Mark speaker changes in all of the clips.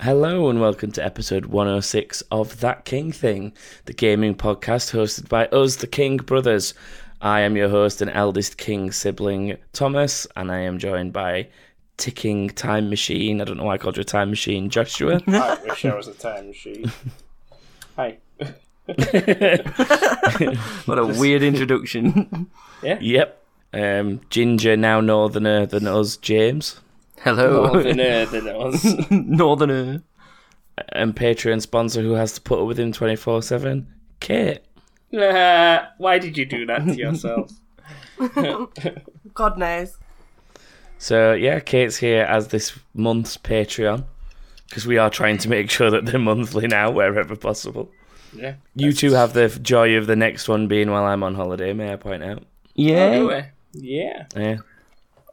Speaker 1: Hello and welcome to episode 106 of That King Thing, the gaming podcast hosted by us, the King Brothers. I am your host and eldest King sibling, Thomas, and I am joined by Ticking Time Machine. I don't know why I called you a time machine, Joshua.
Speaker 2: I wish I was a time machine. Hi.
Speaker 3: What a weird introduction.
Speaker 1: yep. Um, Ginger, now northerner than us, James.
Speaker 2: More
Speaker 3: Hello,
Speaker 2: than uh, than it was.
Speaker 3: Northerner.
Speaker 1: And Patreon sponsor who has to put up with him 24 7, Kate.
Speaker 2: Uh, why did you do that to yourself?
Speaker 4: God knows.
Speaker 1: So yeah, Kate's here as this month's Patreon because we are trying to make sure that they're monthly now wherever possible.
Speaker 2: Yeah.
Speaker 1: You two have the joy of the next one being while I'm on holiday. May I point out?
Speaker 3: Yeah.
Speaker 2: Anyway, yeah.
Speaker 1: Yeah,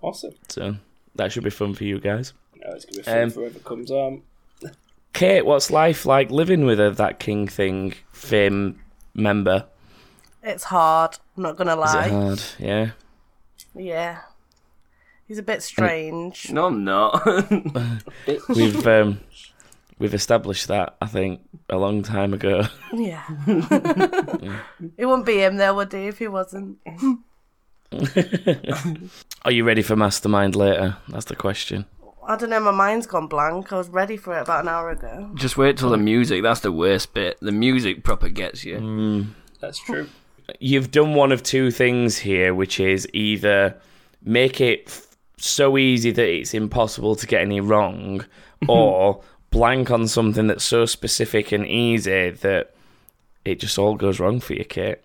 Speaker 2: Awesome.
Speaker 1: so that should be fun for you guys.
Speaker 2: No, it's gonna be fun
Speaker 1: Um,
Speaker 2: for whoever comes on.
Speaker 1: Kate, what's life like living with a that King thing fame member?
Speaker 4: It's hard. I'm not gonna
Speaker 1: Is it
Speaker 4: lie.
Speaker 1: hard? Yeah.
Speaker 4: Yeah. He's a bit strange.
Speaker 3: No, I'm not.
Speaker 1: We've um, we've established that I think a long time ago.
Speaker 4: Yeah. it wouldn't be him there, would he, if he wasn't?
Speaker 1: Are you ready for Mastermind later? That's the question.
Speaker 4: I don't know, my mind's gone blank. I was ready for it about an hour ago.
Speaker 3: Just wait till the music. That's the worst bit. The music proper gets you.
Speaker 2: That's true.
Speaker 1: you've done one of two things here, which is either make it f- so easy that it's impossible to get any wrong, or blank on something that's so specific and easy that it just all goes wrong for you, Kate.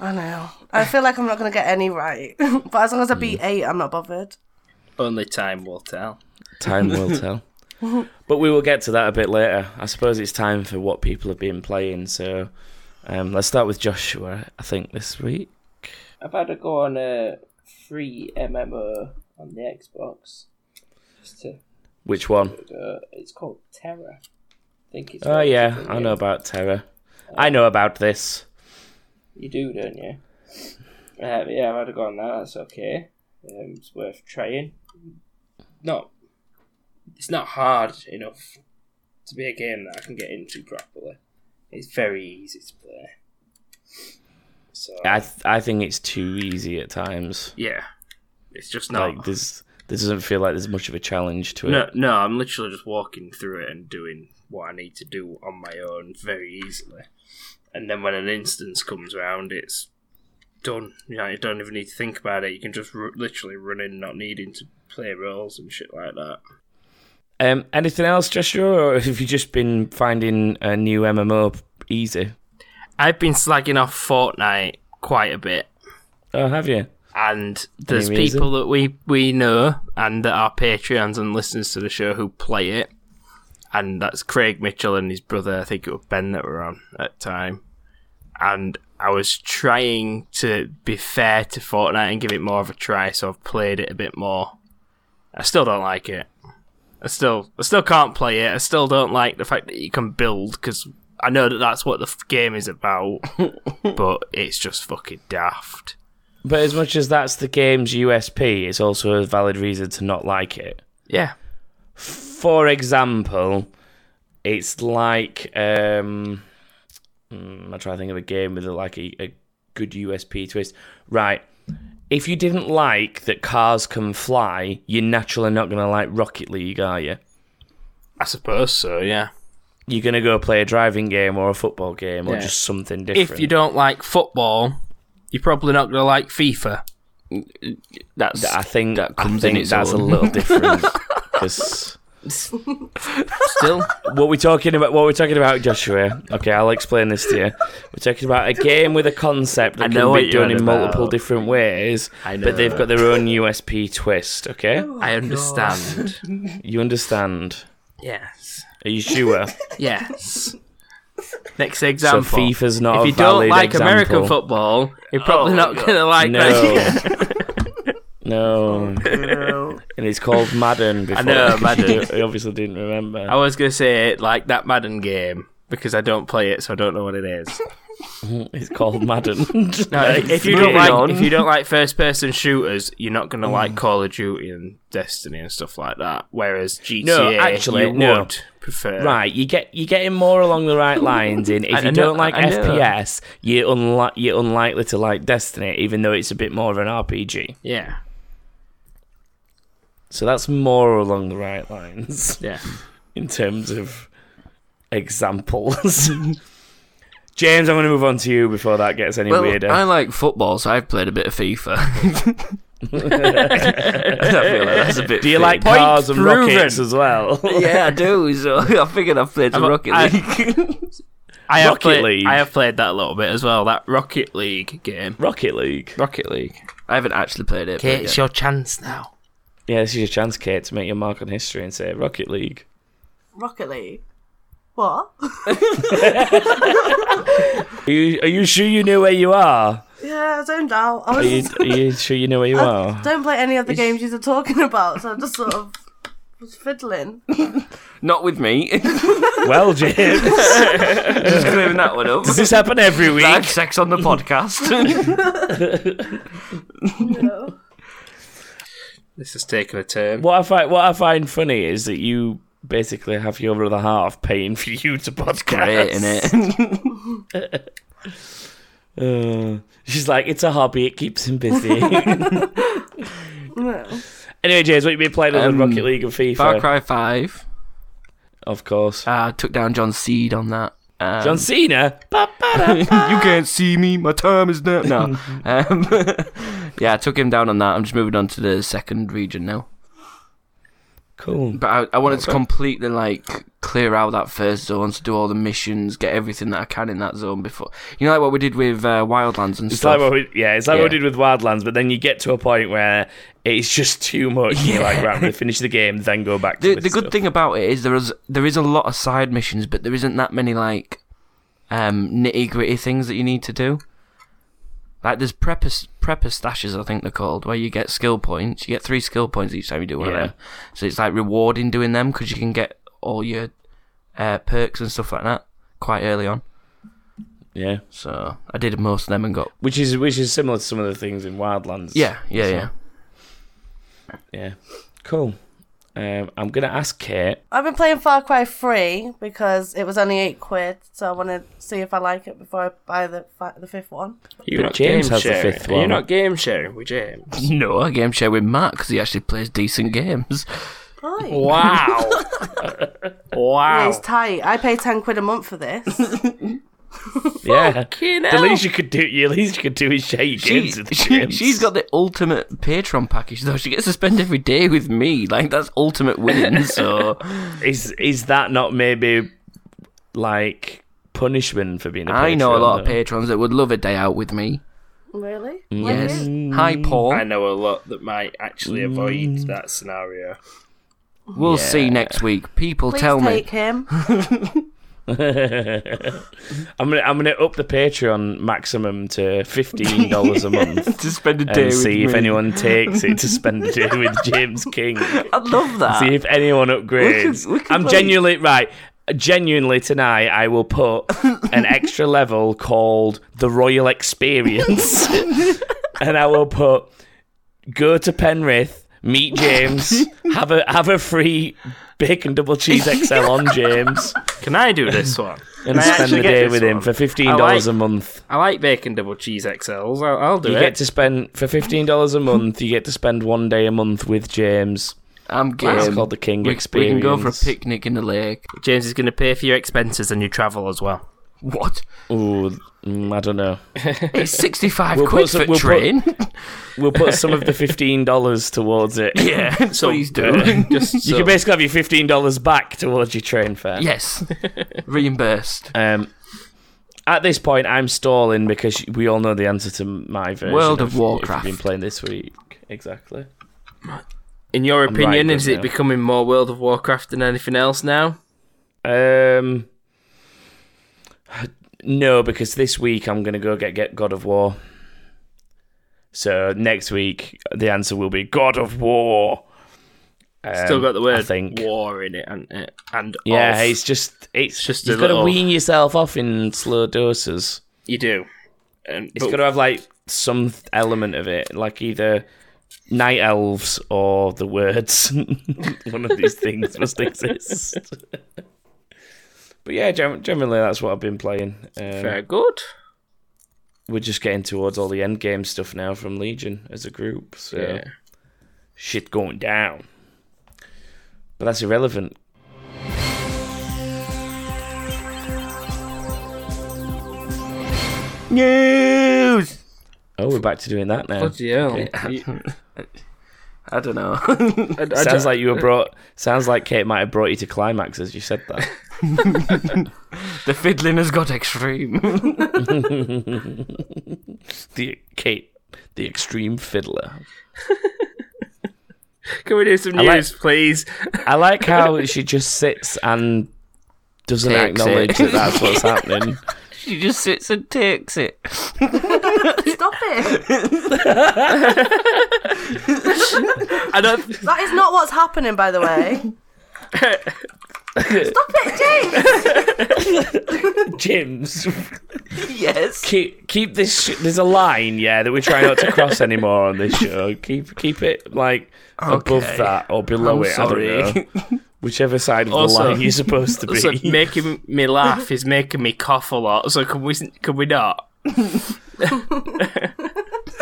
Speaker 4: I know. I feel like I'm not gonna get any right. but as long as I beat eight, I'm not bothered.
Speaker 2: Only time will tell.
Speaker 1: Time will tell. But we will get to that a bit later. I suppose it's time for what people have been playing. So um, let's start with Joshua, I think, this week.
Speaker 2: I've had a go on a free MMO on the Xbox. Just to
Speaker 1: Which one?
Speaker 2: uh, it's called Terra. I think it's.
Speaker 1: Oh, yeah,
Speaker 2: relatively
Speaker 1: I
Speaker 2: new.
Speaker 1: know about Terror. I know about this.
Speaker 2: You do, don't you? Uh, yeah, I've had a go on that. That's okay. Um, it's worth trying. Not, it's not hard enough to be a game that I can get into properly. It's very easy to play. So
Speaker 1: I th- I think it's too easy at times.
Speaker 3: Yeah. It's just not.
Speaker 1: Like there's there doesn't feel like there's much of a challenge to it.
Speaker 3: no, no, I'm literally just walking through it and doing what I need to do on my own very easily.
Speaker 2: and then when an instance comes around, it's done. You know, you don't even need to think about it. You can just ru- literally run in, not needing to play roles and shit like that.
Speaker 1: Um, anything else, Joshua, or have you just been finding a new MMO easy?
Speaker 2: I've been slagging off Fortnite quite a bit.
Speaker 1: Oh, have you?
Speaker 2: and there's
Speaker 1: reason?
Speaker 2: people that we we know and that are Patreons and listeners to the show who play it, and that's Craig Mitchell and his brother. I think it was Ben that were on at the time, and I was trying to be fair to Fortnite and give it more of a try, so I've played it a bit more. I still don't like it. I still I still can't play it. I still don't like the fact that you can build because. I know that that's what the f- game is about, but it's just fucking daft.
Speaker 1: But as much as that's the game's USP, it's also a valid reason to not like it.
Speaker 2: Yeah,
Speaker 1: For example, it's like um, mm, I try to think of a game with a, like a, a good USP twist. Right, if you didn't like that cars can fly, you're naturally not going to like Rocket League, are you?
Speaker 2: I suppose so, yeah.
Speaker 1: You're going to go play a driving game or a football game or
Speaker 2: Yeah.
Speaker 1: just something different.
Speaker 2: If you don't like football, you're probably not going to like FIFA.
Speaker 3: That's
Speaker 1: I think that
Speaker 3: comes
Speaker 1: I
Speaker 3: in
Speaker 1: think
Speaker 3: its
Speaker 1: that's
Speaker 3: own.
Speaker 1: a little different. 'cause
Speaker 3: still.
Speaker 1: what we're talking about, what we're talking about, Joshua. Okay, I'll explain this to you. We're talking about a game with a concept that
Speaker 3: I know
Speaker 1: can be
Speaker 3: what you're
Speaker 1: done in
Speaker 3: on about.
Speaker 1: multiple different ways,
Speaker 3: I know.
Speaker 1: but they've got their own USP twist. Okay,
Speaker 2: I understand.
Speaker 1: you understand?
Speaker 2: yes.
Speaker 1: Are you sure?
Speaker 2: Yes. Next
Speaker 1: so
Speaker 2: example.
Speaker 1: FIFA's not
Speaker 2: If
Speaker 1: a
Speaker 2: you don't
Speaker 1: valid
Speaker 2: like
Speaker 1: example.
Speaker 2: American football, you're probably
Speaker 3: Oh my
Speaker 2: not
Speaker 3: God.
Speaker 2: going to like that.
Speaker 1: no. No, and it's called Madden. Before.
Speaker 2: know, Madden.
Speaker 1: I obviously didn't remember.
Speaker 2: I was going to say, like that Madden game. because I don't play it, so I don't know what it is.
Speaker 1: It's called Madden.
Speaker 2: No, if, Uh, if you don't
Speaker 1: Moving
Speaker 2: like
Speaker 1: on. Hmm.
Speaker 2: if you don't like first person shooters, you're not gonna like Call of Duty and Destiny and stuff like that. Whereas GTA,
Speaker 1: actually,
Speaker 2: you
Speaker 1: no.
Speaker 2: would prefer.
Speaker 1: Right, you get you're getting more along the right lines. In if
Speaker 2: I- I
Speaker 1: you
Speaker 2: know-
Speaker 1: don't like
Speaker 2: I- I know.
Speaker 1: FPS, you're unli- you're unlikely to like Destiny, even though it's a bit more of an RPG.
Speaker 2: Yeah,
Speaker 1: So that's more along the right lines
Speaker 2: yeah.
Speaker 1: in terms of examples. James, I'm going to move on to you before that gets any
Speaker 5: Well,
Speaker 1: weirder.
Speaker 5: I like football, so I've played a bit of FIFA. I feel like that's a bit.
Speaker 1: Do you
Speaker 5: fake.
Speaker 1: like
Speaker 2: Point
Speaker 1: cars and
Speaker 2: proven.
Speaker 1: rockets as well?
Speaker 5: Yeah, I do. So I figured I've played some
Speaker 2: I've-
Speaker 5: Rocket
Speaker 2: I-
Speaker 5: League.
Speaker 2: I have
Speaker 1: Rocket
Speaker 2: played,
Speaker 1: League.
Speaker 2: I have played that a little bit as well. That Rocket League game.
Speaker 1: Rocket League.
Speaker 2: Rocket League.
Speaker 5: I haven't actually played it. but
Speaker 2: Okay, it's
Speaker 5: yeah.
Speaker 2: your chance now.
Speaker 1: Yeah, this is your chance, Kate, to make your mark on history and say Rocket League.
Speaker 4: Rocket League. What?
Speaker 1: Are you, are you sure you know where you are?
Speaker 4: Yeah, I zoned out. I
Speaker 1: Are
Speaker 4: was,
Speaker 1: you, are you sure you know where you are?
Speaker 4: don't play any of the games you were talking about, so I just sort of was fiddling.
Speaker 5: Not with me. Just
Speaker 1: Well, James, does
Speaker 5: clearing that one up.
Speaker 1: this happen every
Speaker 5: I had
Speaker 1: week?
Speaker 5: sex on the podcast.
Speaker 4: You know?
Speaker 2: This is taking a turn.
Speaker 1: What I find what I find funny is that you basically have your other half paying for you to
Speaker 5: Great,
Speaker 1: podcast.
Speaker 5: innit?
Speaker 1: Uh, she's like, it's a hobby; it keeps him busy.
Speaker 4: No.
Speaker 1: anyway, James, what you been playing other than
Speaker 5: Um,
Speaker 1: Rocket League and FIFA?
Speaker 5: Far Cry 5.
Speaker 1: Of course,
Speaker 5: Uh, took down John Seed on that. Um,
Speaker 1: John Cena.
Speaker 5: you can't see me. My time is now. No. Um, yeah, I took him down on that. I'm just moving on to the second region now.
Speaker 1: Cool.
Speaker 5: But I, I wanted to completely like clear out that first zone to do all the missions, get everything that I can in that zone before. You know, like what we did with uh, Wildlands and
Speaker 1: It's
Speaker 5: stuff.
Speaker 1: like what we, yeah, it's like what we
Speaker 5: Yeah.
Speaker 1: did with Wildlands, but then you get to a point where it's just too much. and You're like, right, I'm gonna finish the game, then go back. to
Speaker 5: the,
Speaker 1: this
Speaker 5: the good
Speaker 1: stuff.
Speaker 5: thing about it is there is there is a lot of side missions, but there isn't that many like um, nitty gritty things that you need to do. Like there's prepper prepper stashes, I think they're called, where you get skill points. You get three skill points each time you do one
Speaker 1: Yeah.
Speaker 5: of them. So it's like rewarding doing them because you can get all your uh, perks and stuff like that quite early on.
Speaker 1: yeah.
Speaker 5: So I did most of them and got
Speaker 1: which is which is similar to some of the things in Wildlands.
Speaker 5: yeah, yeah, yeah.
Speaker 1: yeah, cool. Um, I'm gonna ask Kate.
Speaker 4: I've been playing Far Cry 3 because it was only 8 quid, so I want to see if I like it before I buy the, fi- the fifth one.
Speaker 2: You're
Speaker 1: But James has the
Speaker 2: sharing.
Speaker 1: fifth
Speaker 2: You're
Speaker 1: one.
Speaker 2: not game sharing with James.
Speaker 5: No, I game share with Matt because he actually plays decent games.
Speaker 4: Right.
Speaker 2: Wow.
Speaker 4: Yeah, it's
Speaker 2: wow.
Speaker 4: tight. I pay 10 quid a month for this.
Speaker 1: Yeah, the
Speaker 2: hell.
Speaker 1: least you could do, the least you could do is share your
Speaker 5: She,
Speaker 1: games with the
Speaker 5: she,
Speaker 1: James.
Speaker 5: she's got the ultimate Patreon package though. She gets to spend every day with me. Like that's ultimate winning. So
Speaker 1: Is is that not maybe like punishment for being? a
Speaker 5: I know a
Speaker 1: patron,
Speaker 5: lot of
Speaker 1: though?
Speaker 5: patrons that would love a day out with me.
Speaker 4: really?
Speaker 5: Yes. Hi,
Speaker 2: I
Speaker 5: Paul.
Speaker 2: know a lot that might actually avoid
Speaker 1: Mm.
Speaker 2: that scenario.
Speaker 5: We'll see next week. People
Speaker 4: Please
Speaker 5: tell
Speaker 4: take
Speaker 5: me.
Speaker 4: him.
Speaker 1: I'm gonna I'm gonna up the Patreon maximum to fifteen dollars a month
Speaker 5: To spend a
Speaker 1: and see if anyone takes it to spend a day with James King.
Speaker 5: I love that.
Speaker 2: Uh,
Speaker 1: See if anyone upgrades.
Speaker 5: we could
Speaker 1: I'm
Speaker 5: play-
Speaker 1: genuinely right. Genuinely tonight, I will put an extra level called the Royal Experience, and I will put go to Penrith, meet James, have a have a free bacon double cheese XL on James,
Speaker 2: Can I do this one?
Speaker 1: and
Speaker 2: I
Speaker 1: spend
Speaker 2: actually
Speaker 1: the
Speaker 2: get
Speaker 1: day
Speaker 2: this
Speaker 1: with him
Speaker 2: one?
Speaker 1: for fifteen dollars
Speaker 2: I
Speaker 1: a month.
Speaker 2: I like bacon double cheese XLs. I'll, I'll do
Speaker 1: You
Speaker 2: it.
Speaker 1: get to spend for fifteen dollars a month. You get to spend one day a month with James.
Speaker 5: I'm
Speaker 1: It's
Speaker 5: game.
Speaker 1: called the King
Speaker 5: we, we
Speaker 1: Experience.
Speaker 5: can go for a picnic in the lake.
Speaker 2: James is going to pay for your expenses and your travel as well.
Speaker 5: What?
Speaker 1: Ooh, mm, I don't know.
Speaker 5: It's 65
Speaker 1: We'll
Speaker 5: quid
Speaker 1: put some-
Speaker 5: for
Speaker 1: we'll put-
Speaker 5: train.
Speaker 1: We'll put some of the fifteen dollars towards it.
Speaker 5: yeah,
Speaker 2: So
Speaker 5: please
Speaker 1: uh,
Speaker 5: do.
Speaker 2: Just
Speaker 1: You can basically have your fifteen dollars back towards your train fare.
Speaker 5: yes. Reimbursed.
Speaker 1: Um, at this point, I'm stalling because we all know the answer to my version.
Speaker 5: World of
Speaker 1: what we've
Speaker 5: Warcraft.
Speaker 1: been playing this week exactly.
Speaker 2: In your opinion,
Speaker 1: right
Speaker 2: is
Speaker 1: good
Speaker 2: it
Speaker 1: now.
Speaker 2: becoming more World of Warcraft than anything else now?
Speaker 1: Um, no, because this week I'm gonna go get get God of War. So next week the answer will be God of War, Um,
Speaker 2: Still got the
Speaker 1: I
Speaker 2: word
Speaker 1: think.
Speaker 2: war in it, and it and
Speaker 1: Yeah,
Speaker 2: of.
Speaker 1: it's just it's
Speaker 2: just
Speaker 1: just
Speaker 2: a
Speaker 1: you've got to
Speaker 2: little-
Speaker 1: wean yourself off in slow doses.
Speaker 2: you do. And
Speaker 1: It's
Speaker 2: but
Speaker 1: got to have like some th- element of it, like either night elves or the words. One of these things must exist. but yeah, gen- generally that's what I've been playing. Um,
Speaker 2: very good.
Speaker 1: we're just getting towards all the end game stuff now from Legion as a group, so
Speaker 2: Yeah.
Speaker 1: shit going down. But that's irrelevant.
Speaker 5: News.
Speaker 1: Oh, we're back to doing that now.
Speaker 2: Bloody hell.
Speaker 5: I don't know.
Speaker 1: Sounds like you were brought. Sounds like Kate might have brought you to climax as you said that.
Speaker 5: the fiddling has got extreme.
Speaker 1: the Kate, the extreme fiddler.
Speaker 2: Can we do some
Speaker 1: I
Speaker 2: news,
Speaker 1: like-
Speaker 2: please?
Speaker 1: I like how she just sits and doesn't
Speaker 5: Takes
Speaker 1: acknowledge
Speaker 5: it.
Speaker 1: that that's what's happening.
Speaker 5: she just sits and takes it.
Speaker 4: Stop it.
Speaker 2: I don't.
Speaker 4: That is not what's happening, by the way. Stop it, James.
Speaker 1: James,
Speaker 5: Yes.
Speaker 1: keep keep this. Sh- there's a line, yeah, that we try not to cross anymore on this show. Keep keep it like above
Speaker 5: Okay.
Speaker 1: that or below
Speaker 5: I'm
Speaker 1: it. I
Speaker 5: sorry.
Speaker 1: don't know. Whichever side of
Speaker 2: Also-
Speaker 1: the line you're supposed to be.
Speaker 2: So making me laugh is making me cough a lot. So can we? Can we not?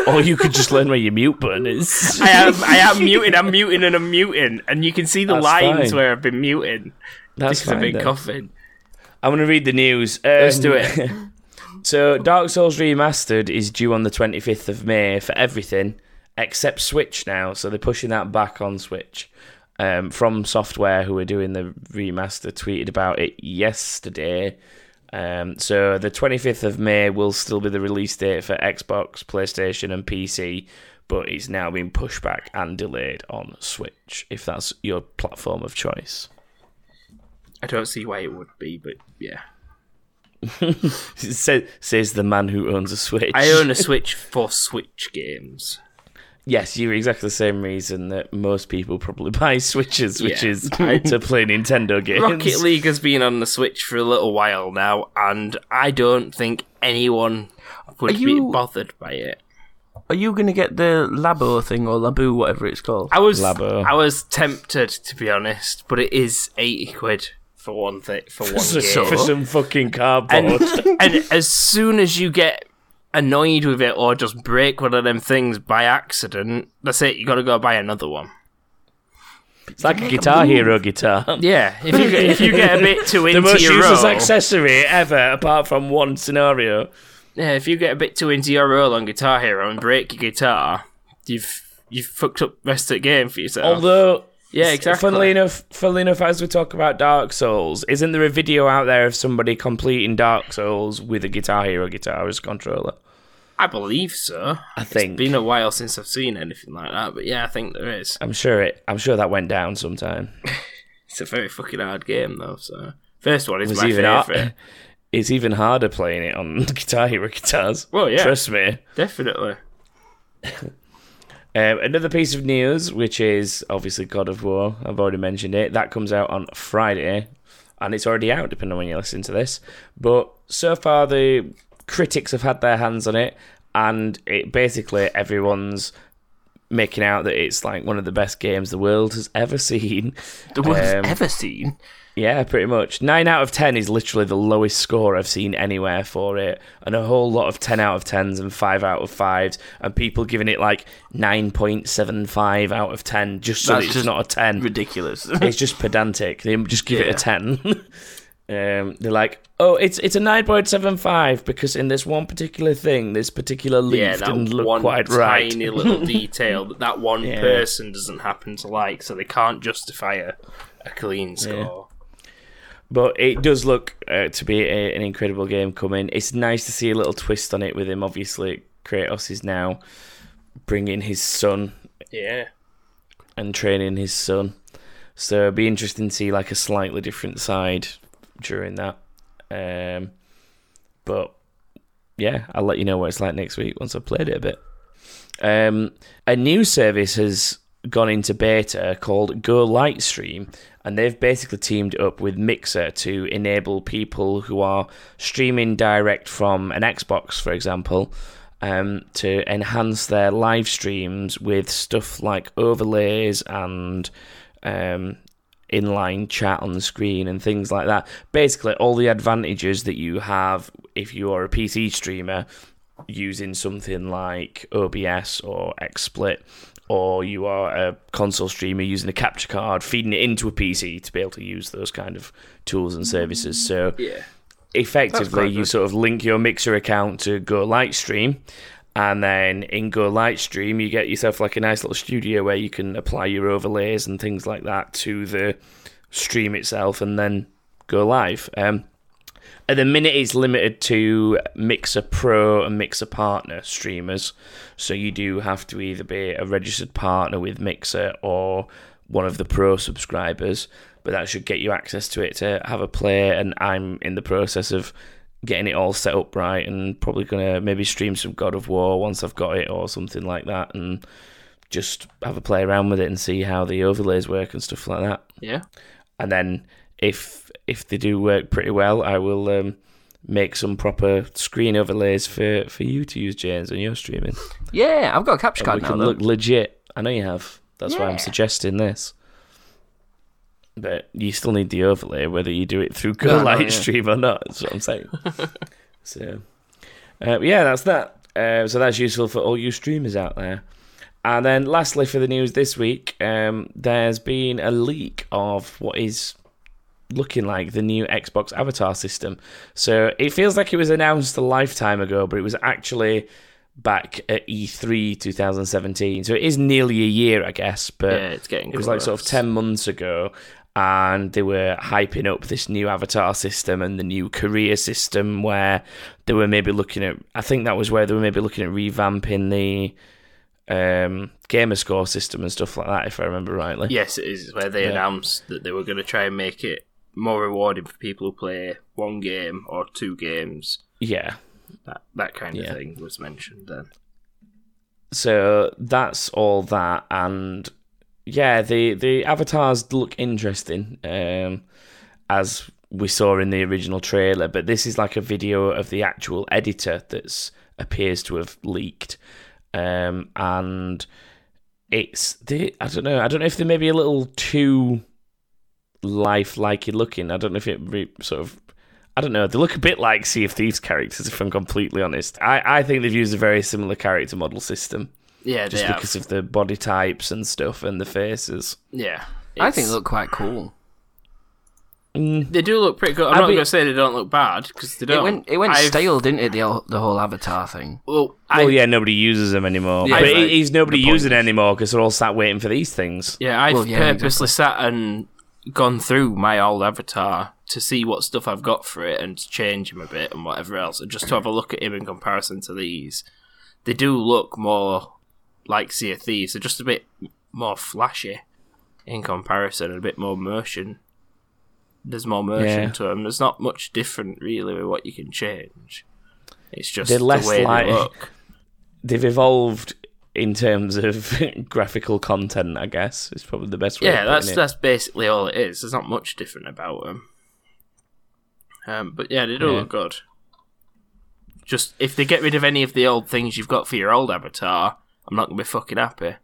Speaker 1: or you could just learn where your mute button is.
Speaker 2: I am. I am muting. I'm muting, and I'm muting, and you can see the
Speaker 1: That's
Speaker 2: lines
Speaker 1: fine.
Speaker 2: where I've been muting
Speaker 1: That's
Speaker 2: because I've
Speaker 1: fine
Speaker 2: been
Speaker 1: then.
Speaker 2: coughing.
Speaker 1: I'm going to read the news.
Speaker 2: Let's
Speaker 1: Um,
Speaker 2: do it.
Speaker 1: So, Dark Souls Remastered is due on the 25th of May for everything except Switch now. So, they're pushing that back on Switch. Um, from Software, who are doing the remaster, tweeted about it yesterday. Um, so, the 25th of May will still be the release date for Xbox, PlayStation, and PC, but it's now been pushed back and delayed on Switch, if that's your platform of choice.
Speaker 2: I don't see why it would be, but yeah.
Speaker 1: Says, says the man who owns a Switch.
Speaker 2: I own a Switch for Switch games.
Speaker 1: Yes, you're exactly the same reason that most people probably buy Switches, which
Speaker 2: Yeah.
Speaker 1: is to play Nintendo games.
Speaker 2: Rocket League has been on the Switch for a little while now, and I don't think anyone would
Speaker 5: Are you-
Speaker 2: be bothered by it.
Speaker 5: Are you gonna get the Labo thing or Labu, whatever it's called?
Speaker 2: I was
Speaker 1: Labo.
Speaker 2: I was tempted to be honest, but it is eighty quid for one thing for one
Speaker 1: for,
Speaker 2: game.
Speaker 1: for some fucking cardboard.
Speaker 2: and, and as soon as you get annoyed with it or just break one of them things by accident, that's it. You got to go buy another one.
Speaker 1: it's like a Guitar Hero guitar.
Speaker 2: Yeah, if you get, if you get a bit too into
Speaker 1: The most
Speaker 2: your
Speaker 1: useless
Speaker 2: role,
Speaker 1: accessory ever, apart from one scenario.
Speaker 2: yeah, if you get a bit too into your role on Guitar Hero and break your guitar, you've you've fucked up the rest of the game for yourself.
Speaker 1: Although, uh,
Speaker 2: yeah, exactly.
Speaker 1: funnily enough, funnily enough, as we talk about Dark Souls, isn't there a video out there of somebody completing Dark Souls with a Guitar Hero guitar as controller?
Speaker 2: I believe so.
Speaker 1: I think.
Speaker 2: Been a while since I've seen anything like that, but yeah, I think there is.
Speaker 1: I'm sure it. I'm sure that went down sometime.
Speaker 2: It's a very fucking hard game though. So first one is
Speaker 1: was
Speaker 2: my
Speaker 1: even
Speaker 2: favorite.
Speaker 1: har- It's even harder playing it on Guitar Hero guitars.
Speaker 2: Well, yeah.
Speaker 1: Trust me.
Speaker 2: Definitely.
Speaker 1: Um, another piece of news, which is obviously God of War. I've already mentioned it. That comes out on Friday, and it's already out, depending on when you listen to this. But so far, the critics have had their hands on it, and it basically everyone's making out that it's like one of the best games the world has ever seen.
Speaker 5: the worst
Speaker 1: Um,
Speaker 5: ever seen.
Speaker 1: Yeah, pretty much. Nine out of ten is literally the lowest score I've seen anywhere for it, and a whole lot of ten out of tens and five out of fives, and people giving it like nine point seven five out of ten just so that
Speaker 5: That's
Speaker 1: it's
Speaker 5: just
Speaker 1: not a ten.
Speaker 5: Ridiculous.
Speaker 1: It's just pedantic. They just give it a ten. um, they're like, oh, it's it's a nine point seven five because in this one particular thing, this particular leaf
Speaker 2: Yeah, that
Speaker 1: didn't look
Speaker 2: one
Speaker 1: quite right.
Speaker 2: tiny little detail that that one
Speaker 1: Yeah.
Speaker 2: person doesn't happen to like, so they can't justify a, a clean score.
Speaker 1: But it does look uh, to be a, an incredible game coming. It's nice to see a little twist on it with him. Obviously, Kratos is now bringing his son
Speaker 2: Yeah.
Speaker 1: and training his son. So it'd be interesting to see like a slightly different side during that. Um, but yeah, I'll let you know what it's like next week once I've played it a bit. Um, a new service has gone into beta called Go Lightstream, and they've basically teamed up with Mixer to enable people who are streaming direct from an Xbox, for example, um, to enhance their live streams with stuff like overlays and um, inline chat on the screen and things like that. Basically, all the advantages that you have if you are a PC streamer using something like OBS or XSplit, or you are a console streamer using a capture card, feeding it into a PC to be able to use those kind of tools and services. So,
Speaker 3: Yeah.
Speaker 1: effectively, you sort of link your Mixer account to Go Lightstream. And then in Go Lightstream, you get yourself like a nice little studio where you can apply your overlays and things like that to the stream itself and then go live. Um, at the minute, it's limited to Mixer Pro and Mixer Partner streamers. So you do have to either be a registered partner with Mixer or one of the Pro subscribers. But that should get you access to it to have a play. And I'm in the process of getting it all set up right and probably going to maybe stream some God of War once I've got it or something like that and just have a play around with it and see how the overlays work and stuff like that
Speaker 2: Yeah.
Speaker 1: and then if if they do work pretty well, I will um, make some proper screen overlays for, for you to use, James, when you're streaming.
Speaker 5: Yeah, I've got a capture
Speaker 1: And we
Speaker 5: card now.
Speaker 1: can
Speaker 5: though.
Speaker 1: look legit. I know you have. That's why I'm suggesting this. But you still need the overlay, whether you do it through Go
Speaker 5: No, no, yeah.
Speaker 1: Lightstream or not. That's what I'm saying. so, uh, but yeah, that's that. Uh, so that's useful for all you streamers out there. And then, lastly, for the news this week, um, there's been a leak of what is looking like the new Xbox avatar system. So it feels like it was announced a lifetime ago, but it was actually back at E E3 2017. So it is nearly a year, I guess, but
Speaker 2: Yeah, it's getting
Speaker 1: it was like sort of
Speaker 2: close.
Speaker 1: 10 months ago. And they were hyping up this new avatar system and the new career system where they were maybe looking at, I think that was where they were maybe looking at revamping the um, gamer score system and stuff like that, if I remember rightly.
Speaker 2: Yes, it is where they
Speaker 1: Yeah.
Speaker 2: announced that they were going to try and make it more rewarding for people who play one game or two games.
Speaker 1: Yeah.
Speaker 2: That that kind
Speaker 1: Yeah.
Speaker 2: of thing was mentioned then.
Speaker 1: So that's all that, and yeah, the the avatars look interesting, um, as we saw in the original trailer. But this is like a video of the actual editor that's appears to have leaked, um, and it's the I don't know I don't know if they're maybe a little too lifelike looking. I don't know if it re- sort of I don't know. They look a bit like Sea of Thieves characters, if I'm completely honest. I, I think they've used a very similar character model system
Speaker 2: Yeah,
Speaker 1: just
Speaker 2: they have.
Speaker 1: because of the body types and stuff and the faces.
Speaker 2: Yeah,
Speaker 5: I think
Speaker 2: It's-
Speaker 5: they look quite cool.
Speaker 2: they do look pretty good. I'm
Speaker 1: I'd
Speaker 2: not
Speaker 1: be-
Speaker 2: going to say they don't look bad because they don't.
Speaker 5: It went it went
Speaker 2: I've-
Speaker 5: stale, didn't it? The whole, the whole avatar thing.
Speaker 2: Well, I,
Speaker 1: Well, yeah, nobody uses them anymore.
Speaker 2: Yeah,
Speaker 1: but
Speaker 2: like,
Speaker 1: it he's nobody
Speaker 2: the point
Speaker 1: using
Speaker 2: is-
Speaker 1: anymore because they're all sat waiting for these things.
Speaker 2: Yeah, I've
Speaker 5: Well, yeah,
Speaker 2: purposely sat and gone through my old avatar to see what stuff I've got for it and to change him a bit and whatever else, and just to have a look at him in comparison to these. They do look more like Sea of Thieves, they're just a bit more flashy in comparison and a bit more motion. There's more motion
Speaker 1: Yeah.
Speaker 2: to them. There's not much different really with what you can change. It's just
Speaker 1: They're less
Speaker 2: the way
Speaker 1: like-
Speaker 2: they look.
Speaker 1: They've evolved in terms of graphical content, I guess, is probably the best way
Speaker 2: Yeah,
Speaker 1: of
Speaker 2: that's
Speaker 1: putting it.
Speaker 2: that's basically all it is. There's not much different about them. Um, but yeah, they do
Speaker 1: Yeah.
Speaker 2: look good. Just if they get rid of any of the old things you've got for your old avatar, I'm not gonna be fucking happy.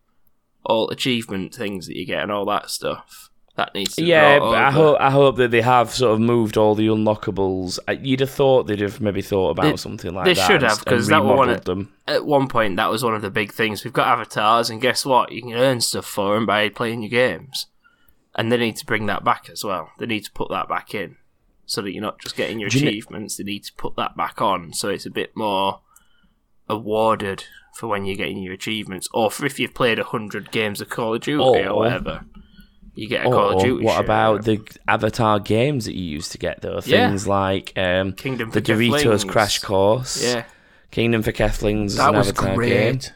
Speaker 2: All achievement things that you get and all that stuff that needs to be
Speaker 1: Yeah,
Speaker 2: brought
Speaker 1: but I
Speaker 2: over.
Speaker 1: hope I hope that they have sort of moved all the unlockables. I- You'd have thought they'd have maybe thought about
Speaker 2: They-
Speaker 1: something like
Speaker 2: they
Speaker 1: that.
Speaker 2: should
Speaker 1: and-
Speaker 2: have,
Speaker 1: and
Speaker 2: 'cause that were one
Speaker 1: remodelled
Speaker 2: of-
Speaker 1: them.
Speaker 2: at one point that was one of the big things. We've got avatars, and guess what? You can earn stuff for them by playing your games. And they need to bring that back as well. They need to put that back in so that you're not just getting your
Speaker 1: Do you kn-
Speaker 2: achievements. They need to put that back on so it's a bit more awarded for when you're getting your achievements, or for if you've played hundred games of Call of Duty or,
Speaker 1: Or-
Speaker 2: whatever. You get a Call of
Speaker 1: Or
Speaker 2: Duty.
Speaker 1: Oh. what
Speaker 2: shirt.
Speaker 1: about the Avatar games that you used to get though?
Speaker 2: Yeah.
Speaker 1: Things like um,
Speaker 2: Kingdom
Speaker 1: the
Speaker 2: for
Speaker 1: Doritos
Speaker 2: Keflings.
Speaker 1: Crash Course,
Speaker 2: Yeah,
Speaker 1: Kingdom for Keflings. is
Speaker 5: That
Speaker 1: an
Speaker 5: was
Speaker 1: Avatar
Speaker 5: great.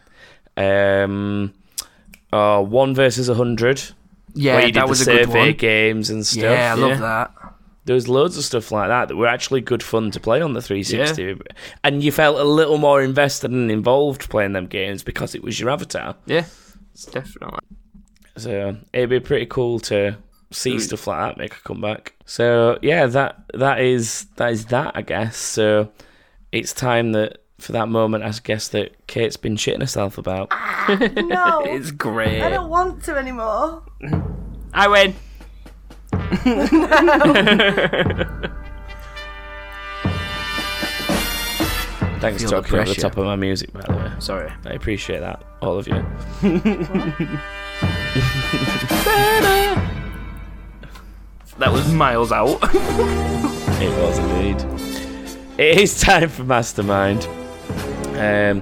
Speaker 1: Game. Um, uh, one versus a hundred.
Speaker 5: Yeah,
Speaker 1: where you did
Speaker 5: that
Speaker 1: the
Speaker 5: was a
Speaker 1: survey
Speaker 5: good one.
Speaker 1: games and stuff.
Speaker 5: yeah, I
Speaker 2: yeah.
Speaker 5: love that.
Speaker 1: There was loads of stuff like that that were actually good fun to play on the 360, and you felt a little more invested and involved playing them games because it was your avatar.
Speaker 2: yeah, definitely.
Speaker 1: So it'd be pretty cool to see stuff like that make a comeback. So yeah, that that is that is that I guess. So it's time that for that moment I guess that Kate's been shitting herself about.
Speaker 4: No,
Speaker 2: It's great.
Speaker 4: I don't want to anymore.
Speaker 2: I win.
Speaker 1: Thanks for
Speaker 5: feel the
Speaker 1: talking over the
Speaker 5: pressure.
Speaker 1: top of my music by the way.
Speaker 2: Sorry.
Speaker 1: I appreciate that, all of you.
Speaker 2: That was miles out.
Speaker 1: It was indeed. It is time for Mastermind. Um,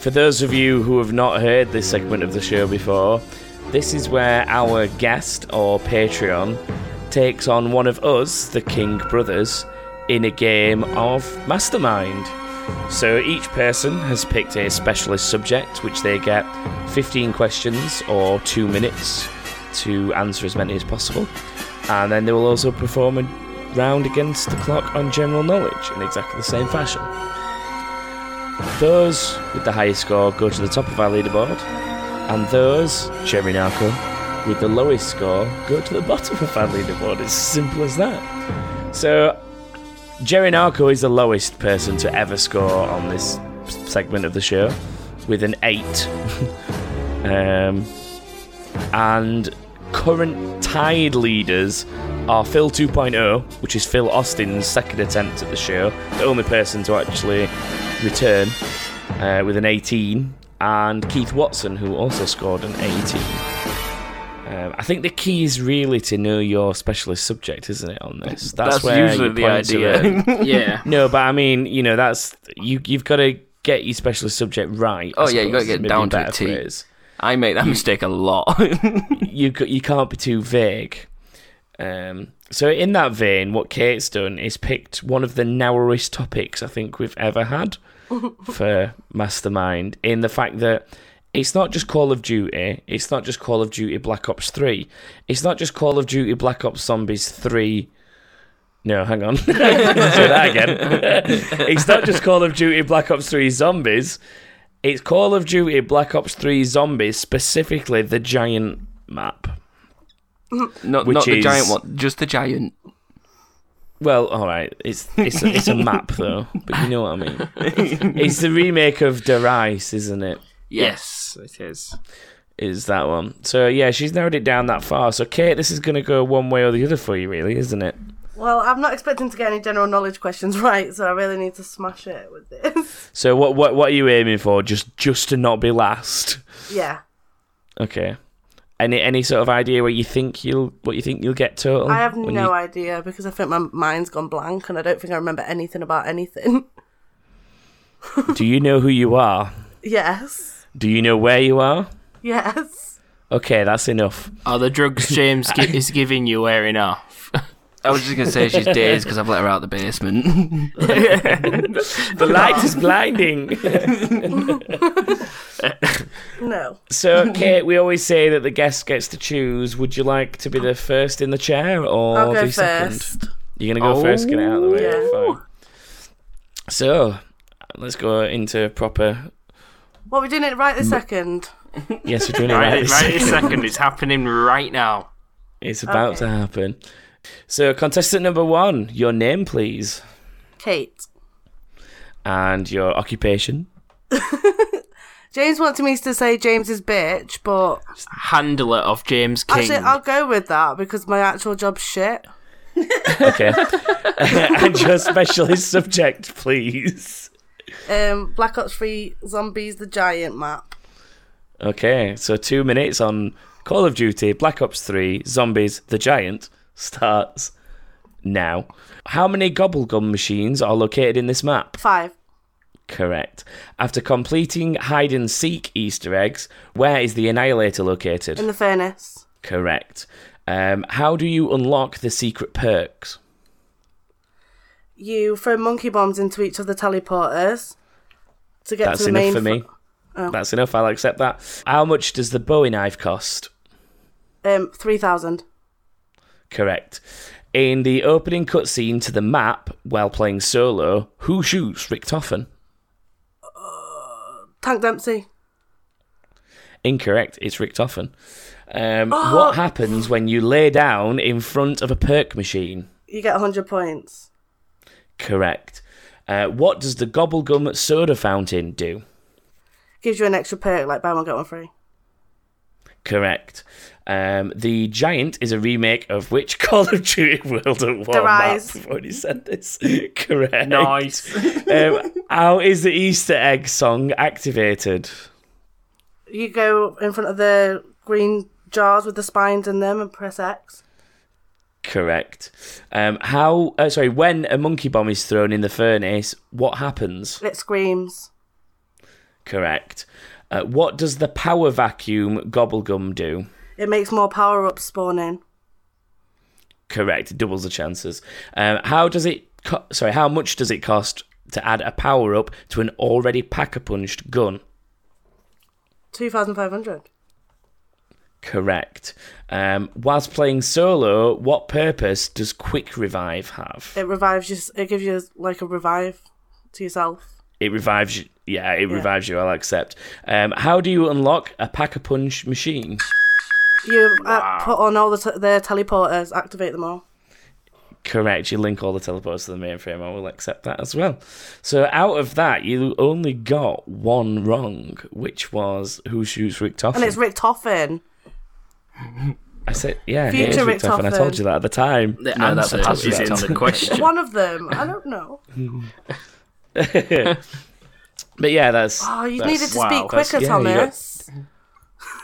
Speaker 1: for those of you who have not heard this segment of the show before, this is where our guest or Patreon takes on one of us, the King Brothers, in a game of Mastermind. So each person has picked a specialist subject, which they get 15 questions or two minutes to answer as many as possible. And then they will also perform a round against the clock on general knowledge in exactly the same fashion. Those with the highest score go to the top of our leaderboard, and those, Jerry Narco, with the lowest score go to the bottom of our leaderboard. It's as simple as that. So, Jerry Narco is the lowest person to ever score on this segment of the show with an 8. um, and current tied leaders are Phil 2.0, which is Phil Austin's second attempt at the show, the only person to actually return uh, with an 18, and Keith Watson, who also scored an 18. Um, I think the key is really to know your specialist subject, isn't it? On this, that's,
Speaker 5: That's
Speaker 1: where
Speaker 5: usually
Speaker 1: your
Speaker 5: the
Speaker 1: points are
Speaker 5: idea.
Speaker 1: earned.
Speaker 2: yeah.
Speaker 1: No, but I mean, you know, that's you. You've got to get your specialist subject right. I
Speaker 5: Oh, yeah, you gotta
Speaker 1: suppose,
Speaker 5: get
Speaker 1: is maybe
Speaker 5: down to a
Speaker 1: better
Speaker 5: T.
Speaker 1: phrase.
Speaker 5: I make that mistake a lot.
Speaker 1: You c- you can't be too vague. Um, so in that vein, what Kate's done is picked one of the narrowest topics I think we've ever had for Mastermind. In the fact that it's not just Call of Duty, it's not just Call of Duty Black Ops Three, it's not just Call of Duty Black Ops Zombies Three. No, hang on. Say that again. it's not just Call of Duty Black Ops 3 Zombies. It's Call of Duty Black Ops 3 Zombies, specifically the giant map.
Speaker 5: not
Speaker 1: Which
Speaker 5: not the
Speaker 1: is-
Speaker 5: giant one, just the giant.
Speaker 1: Well, all right. It's it's a, it's a map though, but you know what I mean. It's the remake of Derice, isn't it?
Speaker 2: Yes, it is.
Speaker 1: Is that one? So yeah, she's narrowed it down that far. So Kate, this is going to go one way or the other for you, really, isn't it?
Speaker 4: Well, I'm not expecting to get any general knowledge questions right, so I really need to smash it with this.
Speaker 1: So what what what are you aiming for? Just just to not be last.
Speaker 4: yeah,
Speaker 1: Okay. Any any sort of idea where you think you'll what you think you'll get total?
Speaker 4: I have
Speaker 1: When
Speaker 4: no
Speaker 1: you-
Speaker 4: idea because I think my mind's gone blank and I don't think I remember anything about anything.
Speaker 1: Do you know who you are?
Speaker 4: yes,
Speaker 1: Do you know where you are?
Speaker 4: yes.
Speaker 1: Okay, that's enough.
Speaker 2: Are the drugs James gi- is giving you wearing off?
Speaker 5: I was just gonna say she's dazed because I've let her out the basement.
Speaker 1: The light is blinding.
Speaker 4: No.
Speaker 1: so, Kate, we always say that the guest gets to choose. Would you like to be the first in the chair or
Speaker 4: I'll
Speaker 1: the
Speaker 4: go
Speaker 1: second?
Speaker 4: first. Oh.
Speaker 1: You're gonna go first. Get it out of the way.
Speaker 4: yeah.
Speaker 1: Fine. So, let's go into proper.
Speaker 4: What we're doing it right this second.
Speaker 1: Yes, we're doing it
Speaker 2: Right,
Speaker 1: right.
Speaker 2: this right this second, it's happening right now.
Speaker 1: It's about
Speaker 4: Okay.
Speaker 1: to happen. So, contestant number one, your name, please,
Speaker 4: Kate.
Speaker 1: and your occupation.
Speaker 4: James wanted me to say James's bitch, but
Speaker 2: Handler of James King.
Speaker 4: actually I'll go with that because my actual job's shit.
Speaker 1: Okay. and your specialist subject, please.
Speaker 4: Um, Black Ops 3 Zombies the Giant map.
Speaker 1: Okay, so two minutes on Call of Duty, Black Ops 3, Zombies, The Giant starts now. How many gobblegum machines are located in this map?
Speaker 4: Five.
Speaker 1: Correct. After completing hide and seek Easter eggs, where is the Annihilator located?
Speaker 4: In the furnace.
Speaker 1: Correct. Um, how do you unlock the secret perks?
Speaker 4: You throw monkey bombs into each of the teleporters to get
Speaker 1: That's
Speaker 4: to the
Speaker 1: enough
Speaker 4: main. oh.
Speaker 1: for me. That's enough. I'll accept that. How much does the Bowie knife cost?
Speaker 4: Um, 3,000.
Speaker 1: Correct. In the opening cutscene to the map, while playing solo, who shoots Richtofen?
Speaker 4: Tank Dempsey.
Speaker 1: Incorrect. It's Richtofen. Um, What happens when you lay down in front of a perk machine?
Speaker 4: You get 100 points.
Speaker 1: Correct. Uh, what does the Gobblegum soda fountain do?
Speaker 4: Gives you an extra perk, like buy one, get one free.
Speaker 1: Correct. Um, the Giant is a remake of which Call of Duty World at War
Speaker 4: Rise.
Speaker 1: map? I've already said this. Correct.
Speaker 3: Nice.
Speaker 1: um, how is the Easter egg song activated?
Speaker 4: You go in front of the green jars with the spines in them and press X.
Speaker 1: Correct. Um, how? Uh, sorry. When a monkey bomb is thrown in the furnace, what happens?
Speaker 4: It screams.
Speaker 1: Correct. Uh, what does the power vacuum gobblegum do?
Speaker 4: It makes more power ups spawning.
Speaker 1: Correct. It doubles the chances. Um, how does it? Co- sorry. How much does it cost to add a power up to an already pack-a-punched gun?
Speaker 4: 2,500.
Speaker 1: Correct. Um, whilst playing solo, what purpose does quick revive have?
Speaker 4: It revives you, it gives you like a revive to yourself.
Speaker 1: It revives you. Yeah, it revives you. I'll accept. Um, how do you unlock a pack a punch machine?
Speaker 4: You uh, put on all the, t- the teleporters, activate them all.
Speaker 1: Correct. You link all the teleports to the mainframe. I will accept that as well. So out of that, you only got one wrong, which was who shoots Rick Toffin.
Speaker 4: And it's Rick Toffin.
Speaker 1: I said, yeah, it is
Speaker 4: Future
Speaker 1: Rick
Speaker 4: Rick
Speaker 1: Toffin. I
Speaker 4: Toffin.
Speaker 1: told you that at the time.
Speaker 2: The
Speaker 5: No, that's
Speaker 2: answer
Speaker 5: a
Speaker 2: is
Speaker 5: touchdown.
Speaker 2: in the question.
Speaker 4: One of them. I don't know.
Speaker 1: But yeah, that's.
Speaker 4: Oh, you
Speaker 1: that's-
Speaker 4: needed to
Speaker 2: wow,
Speaker 4: speak
Speaker 2: that's-
Speaker 4: quicker,
Speaker 1: yeah, you got-
Speaker 4: Thomas.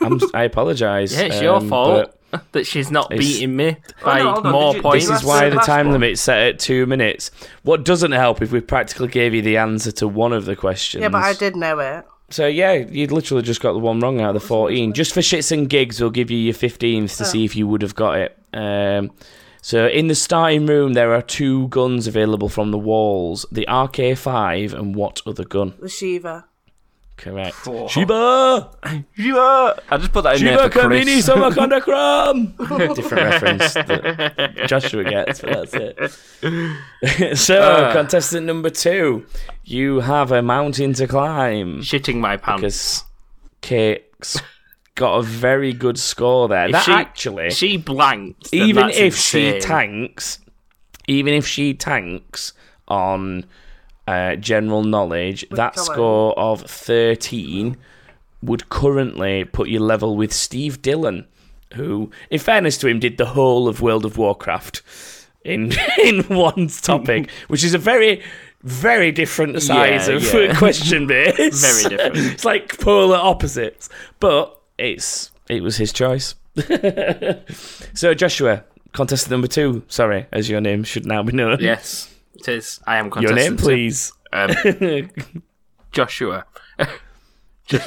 Speaker 1: I'm, I apologise.
Speaker 2: Yeah, it's your
Speaker 1: um,
Speaker 2: fault that she's not
Speaker 1: It's-
Speaker 2: beating me by
Speaker 5: no, hold on,
Speaker 2: more
Speaker 5: did you-
Speaker 1: This
Speaker 2: points.
Speaker 5: Did you
Speaker 1: is
Speaker 5: ask
Speaker 1: why
Speaker 5: the
Speaker 1: the
Speaker 5: last
Speaker 1: time
Speaker 5: one?
Speaker 1: limit's set at two minutes. What doesn't help if we practically gave you the answer to one of the questions?
Speaker 4: Yeah, but I did know it.
Speaker 1: So yeah, you would literally just got the one wrong out of the fourteen. Just for shits and gigs, we'll give you your fifteenth to see if you would have got it. Um, so in the starting room, there are two guns available from the walls: the RK5 and what other gun?
Speaker 4: The Shiva.
Speaker 1: Correct. Shiba,
Speaker 5: Yeah. I just put that in
Speaker 1: Shiba
Speaker 5: there for
Speaker 1: Kamini
Speaker 5: Chris.
Speaker 1: Somakondakram. Different reference that Joshua gets, but that's it. Uh. so contestant number two, you have a mountain to climb.
Speaker 2: Shitting my pants.
Speaker 1: because Kate's got a very good score there. that
Speaker 2: she-
Speaker 1: actually,
Speaker 2: She blanked. then
Speaker 1: even
Speaker 2: that's
Speaker 1: if she
Speaker 2: insane.
Speaker 1: tanks, even if she tanks on uh, general knowledge, that
Speaker 4: colour?
Speaker 1: score of thirteen would currently put you level with Steve Dillon, who, in fairness to him, did the whole of World of Warcraft in in one topic, which is a very very different size
Speaker 2: Yeah,
Speaker 1: of
Speaker 2: yeah.
Speaker 1: question base.
Speaker 2: Very different.
Speaker 1: it's like polar opposites, but it's it was his choice. so Joshua, contestant number two. Sorry, as your name should now be known.
Speaker 2: Yes, it is. I am
Speaker 1: your name,
Speaker 2: contestant. two. Um,
Speaker 1: please.
Speaker 2: Joshua. I,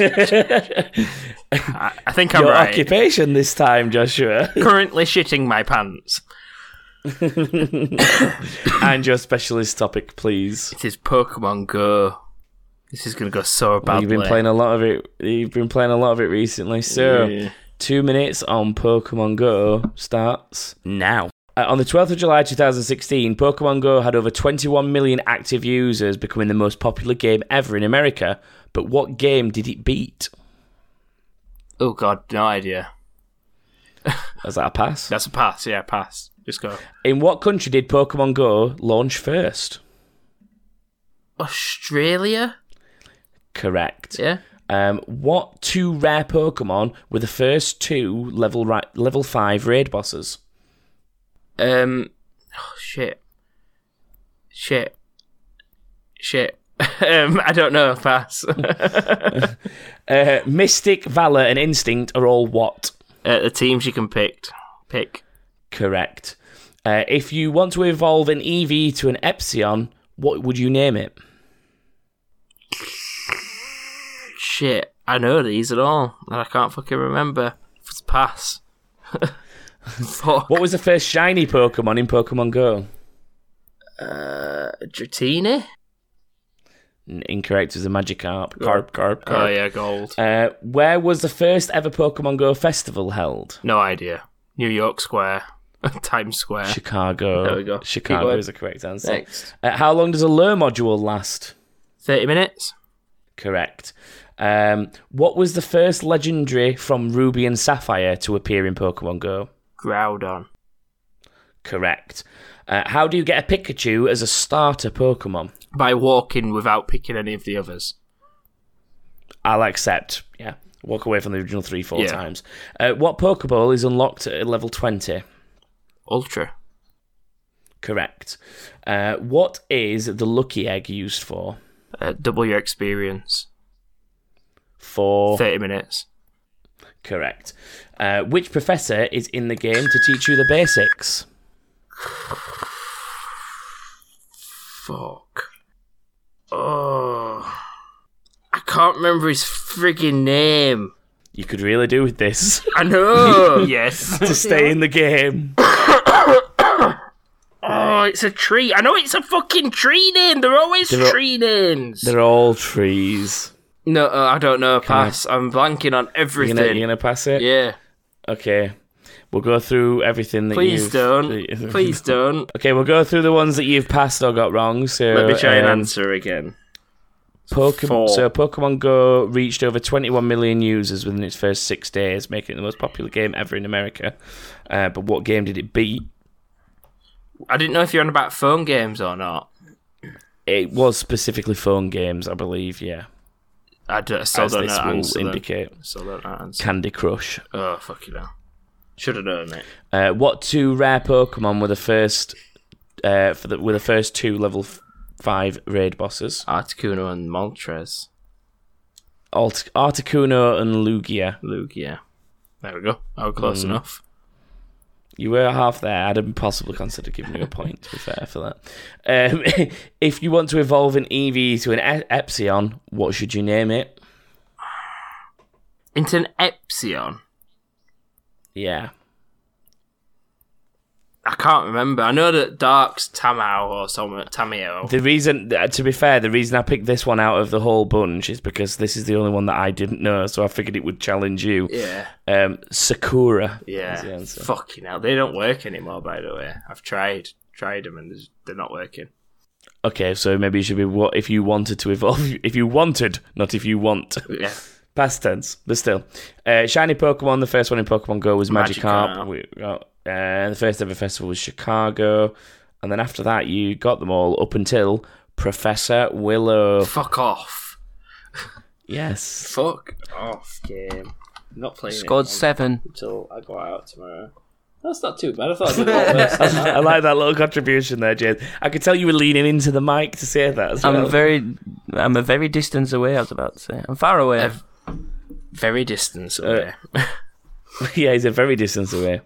Speaker 2: I think I'm
Speaker 1: Your
Speaker 2: right.
Speaker 1: occupation this time, Joshua,
Speaker 2: Currently shitting my pants.
Speaker 1: and your specialist topic, please.
Speaker 2: It is Pokemon Go. This is going to go so
Speaker 1: Well,
Speaker 2: badly.
Speaker 1: you've been playing a lot of it. You've been playing a lot of it recently. So,
Speaker 2: Yeah.
Speaker 1: two minutes on Pokemon Go starts now. Uh, on the 12th of July 2016, Pokemon Go had over 21 million active users, becoming the most popular game ever in America. But what game did it beat?
Speaker 2: Oh god, no idea.
Speaker 1: Is that a pass?
Speaker 2: That's a pass. Yeah, pass. Just go.
Speaker 1: In what country did Pokemon Go launch first?
Speaker 2: Australia.
Speaker 1: Correct.
Speaker 2: Yeah.
Speaker 1: Um, what two rare Pokemon were the first two level ri- level five raid bosses?
Speaker 2: Um. Oh, shit. Shit. Shit. um. I don't know. Pass. uh,
Speaker 1: Uh, Mystic, Valor, and Instinct are all what?
Speaker 2: the teams you can pick. Pick.
Speaker 1: Correct. Uh, if you want to evolve an EV to an Epsilon, what would you name it?
Speaker 2: Shit. I know these at all, and I can't fucking remember. It's pass. Fuck.
Speaker 1: What was the first shiny Pokemon in Pokemon Go?
Speaker 2: Uh, Dratini.
Speaker 1: N- incorrect. It was a Magikarp. Carp, carp, carp.
Speaker 2: Oh yeah, gold.
Speaker 1: Uh, where was the first ever Pokemon Go festival held?
Speaker 2: No idea. New York Square. Times Square.
Speaker 1: Chicago.
Speaker 2: Ah, There we go. Keep
Speaker 1: Chicago
Speaker 2: going.
Speaker 1: is the correct answer.
Speaker 2: Next.
Speaker 1: Uh, how long does a lure module last?
Speaker 2: Thirty minutes.
Speaker 1: Correct. Um, what was the first legendary from Ruby and Sapphire to appear in Pokemon Go?
Speaker 2: Groudon.
Speaker 1: Correct. Uh, how do you get a Pikachu as a starter Pokemon?
Speaker 2: By walking without picking any of the others.
Speaker 1: I'll accept. Yeah. Walk away from the original three, four
Speaker 2: Yeah.
Speaker 1: times. Uh, what Pokeball is unlocked at level 20?
Speaker 2: Ultra.
Speaker 1: Correct. Uh, what is the Lucky Egg used for?
Speaker 2: Uh, double your experience.
Speaker 1: For.
Speaker 2: 30 minutes.
Speaker 1: Correct. Uh, which professor is in the game to teach you the basics?
Speaker 2: Fuck.
Speaker 3: Oh. I can't remember his frigging name.
Speaker 1: You could really do with this
Speaker 3: I know.
Speaker 2: Yes.
Speaker 1: to stay in the game.
Speaker 3: Oh, it's a tree. I know it's a fucking tree name. They're always
Speaker 1: They're all-
Speaker 3: tree names.
Speaker 1: They're all trees.
Speaker 2: no, uh, I don't know.
Speaker 1: I-
Speaker 2: Pass. I'm blanking
Speaker 1: You're
Speaker 2: on
Speaker 1: gonna,
Speaker 2: everything.
Speaker 1: you're gonna pass it.
Speaker 2: Yeah.
Speaker 1: Okay. We'll go through everything that
Speaker 2: Please
Speaker 1: you've...
Speaker 2: don't. Please don't.
Speaker 1: Okay, we'll go through the ones that you've passed or got wrong. So
Speaker 3: Let me try and
Speaker 1: um,
Speaker 3: answer again.
Speaker 1: Pokemon,
Speaker 3: Four.
Speaker 1: so Pokemon Go reached over 21 million users within its first six days, making it the most popular game ever in America. Uh, but what game did it beat?
Speaker 2: I didn't know if you're on about phone games or not.
Speaker 1: It was specifically phone games, I believe. Yeah,
Speaker 2: I, d- I still
Speaker 1: as
Speaker 2: don't know.
Speaker 1: this
Speaker 2: that
Speaker 1: will
Speaker 2: Answer then.
Speaker 1: indicate.
Speaker 2: Still don't know that answer.
Speaker 1: Candy Crush.
Speaker 2: Oh, fuck you now.
Speaker 3: Should have known it.
Speaker 1: Uh, what two rare Pokemon were the first? Uh, for the were the first two level f- five raid bosses?
Speaker 2: Articuno and Moltres.
Speaker 1: Alt- Articuno and Lugia.
Speaker 2: Lugia. There we go. Oh, close
Speaker 1: Mm.
Speaker 2: enough.
Speaker 1: You were half there. I'd have possibly considered giving you a point, to be fair, for that. Um, if you want to evolve an EV to an e- Epsilon, what should you name it?
Speaker 2: Into an Epsilon.
Speaker 1: Yeah.
Speaker 2: I can't remember. I know that Dark's Tamao or some Tamio.
Speaker 1: The reason, uh, to be fair, the reason I picked this one out of the whole bunch is because this is the only one that I didn't know, so I figured it would challenge you.
Speaker 2: Yeah,
Speaker 1: Um, Sakura. is the
Speaker 2: yeah.
Speaker 1: answer.
Speaker 2: Fucking hell, they don't work anymore. By the way, I've tried, tried them, and there's- they're not working.
Speaker 1: Okay, so maybe it should be what if you wanted to evolve, if you wanted, not if you want.
Speaker 2: Yeah,
Speaker 1: Past tense, but still. Uh, shiny Pokemon, the first one in Pokemon Go was Magikarp.
Speaker 2: Magikarp.
Speaker 1: We got, uh, the first ever festival was Chicago. And then after that, you got them all up until Professor Willow.
Speaker 2: fuck off.
Speaker 1: Yes.
Speaker 2: Fuck off game. I'm not playing
Speaker 5: Scored
Speaker 2: it
Speaker 5: seven.
Speaker 2: until I go out tomorrow. That's not too bad. I thought I'd do a lot worse. than that.
Speaker 1: I like that little contribution there, Jade. I could tell you were leaning into the mic to say that as well.
Speaker 5: I'm very, I'm a very distance away. I was about to say. I'm far away.
Speaker 2: Ev- Very distant away.
Speaker 1: yeah, he's a very distance away.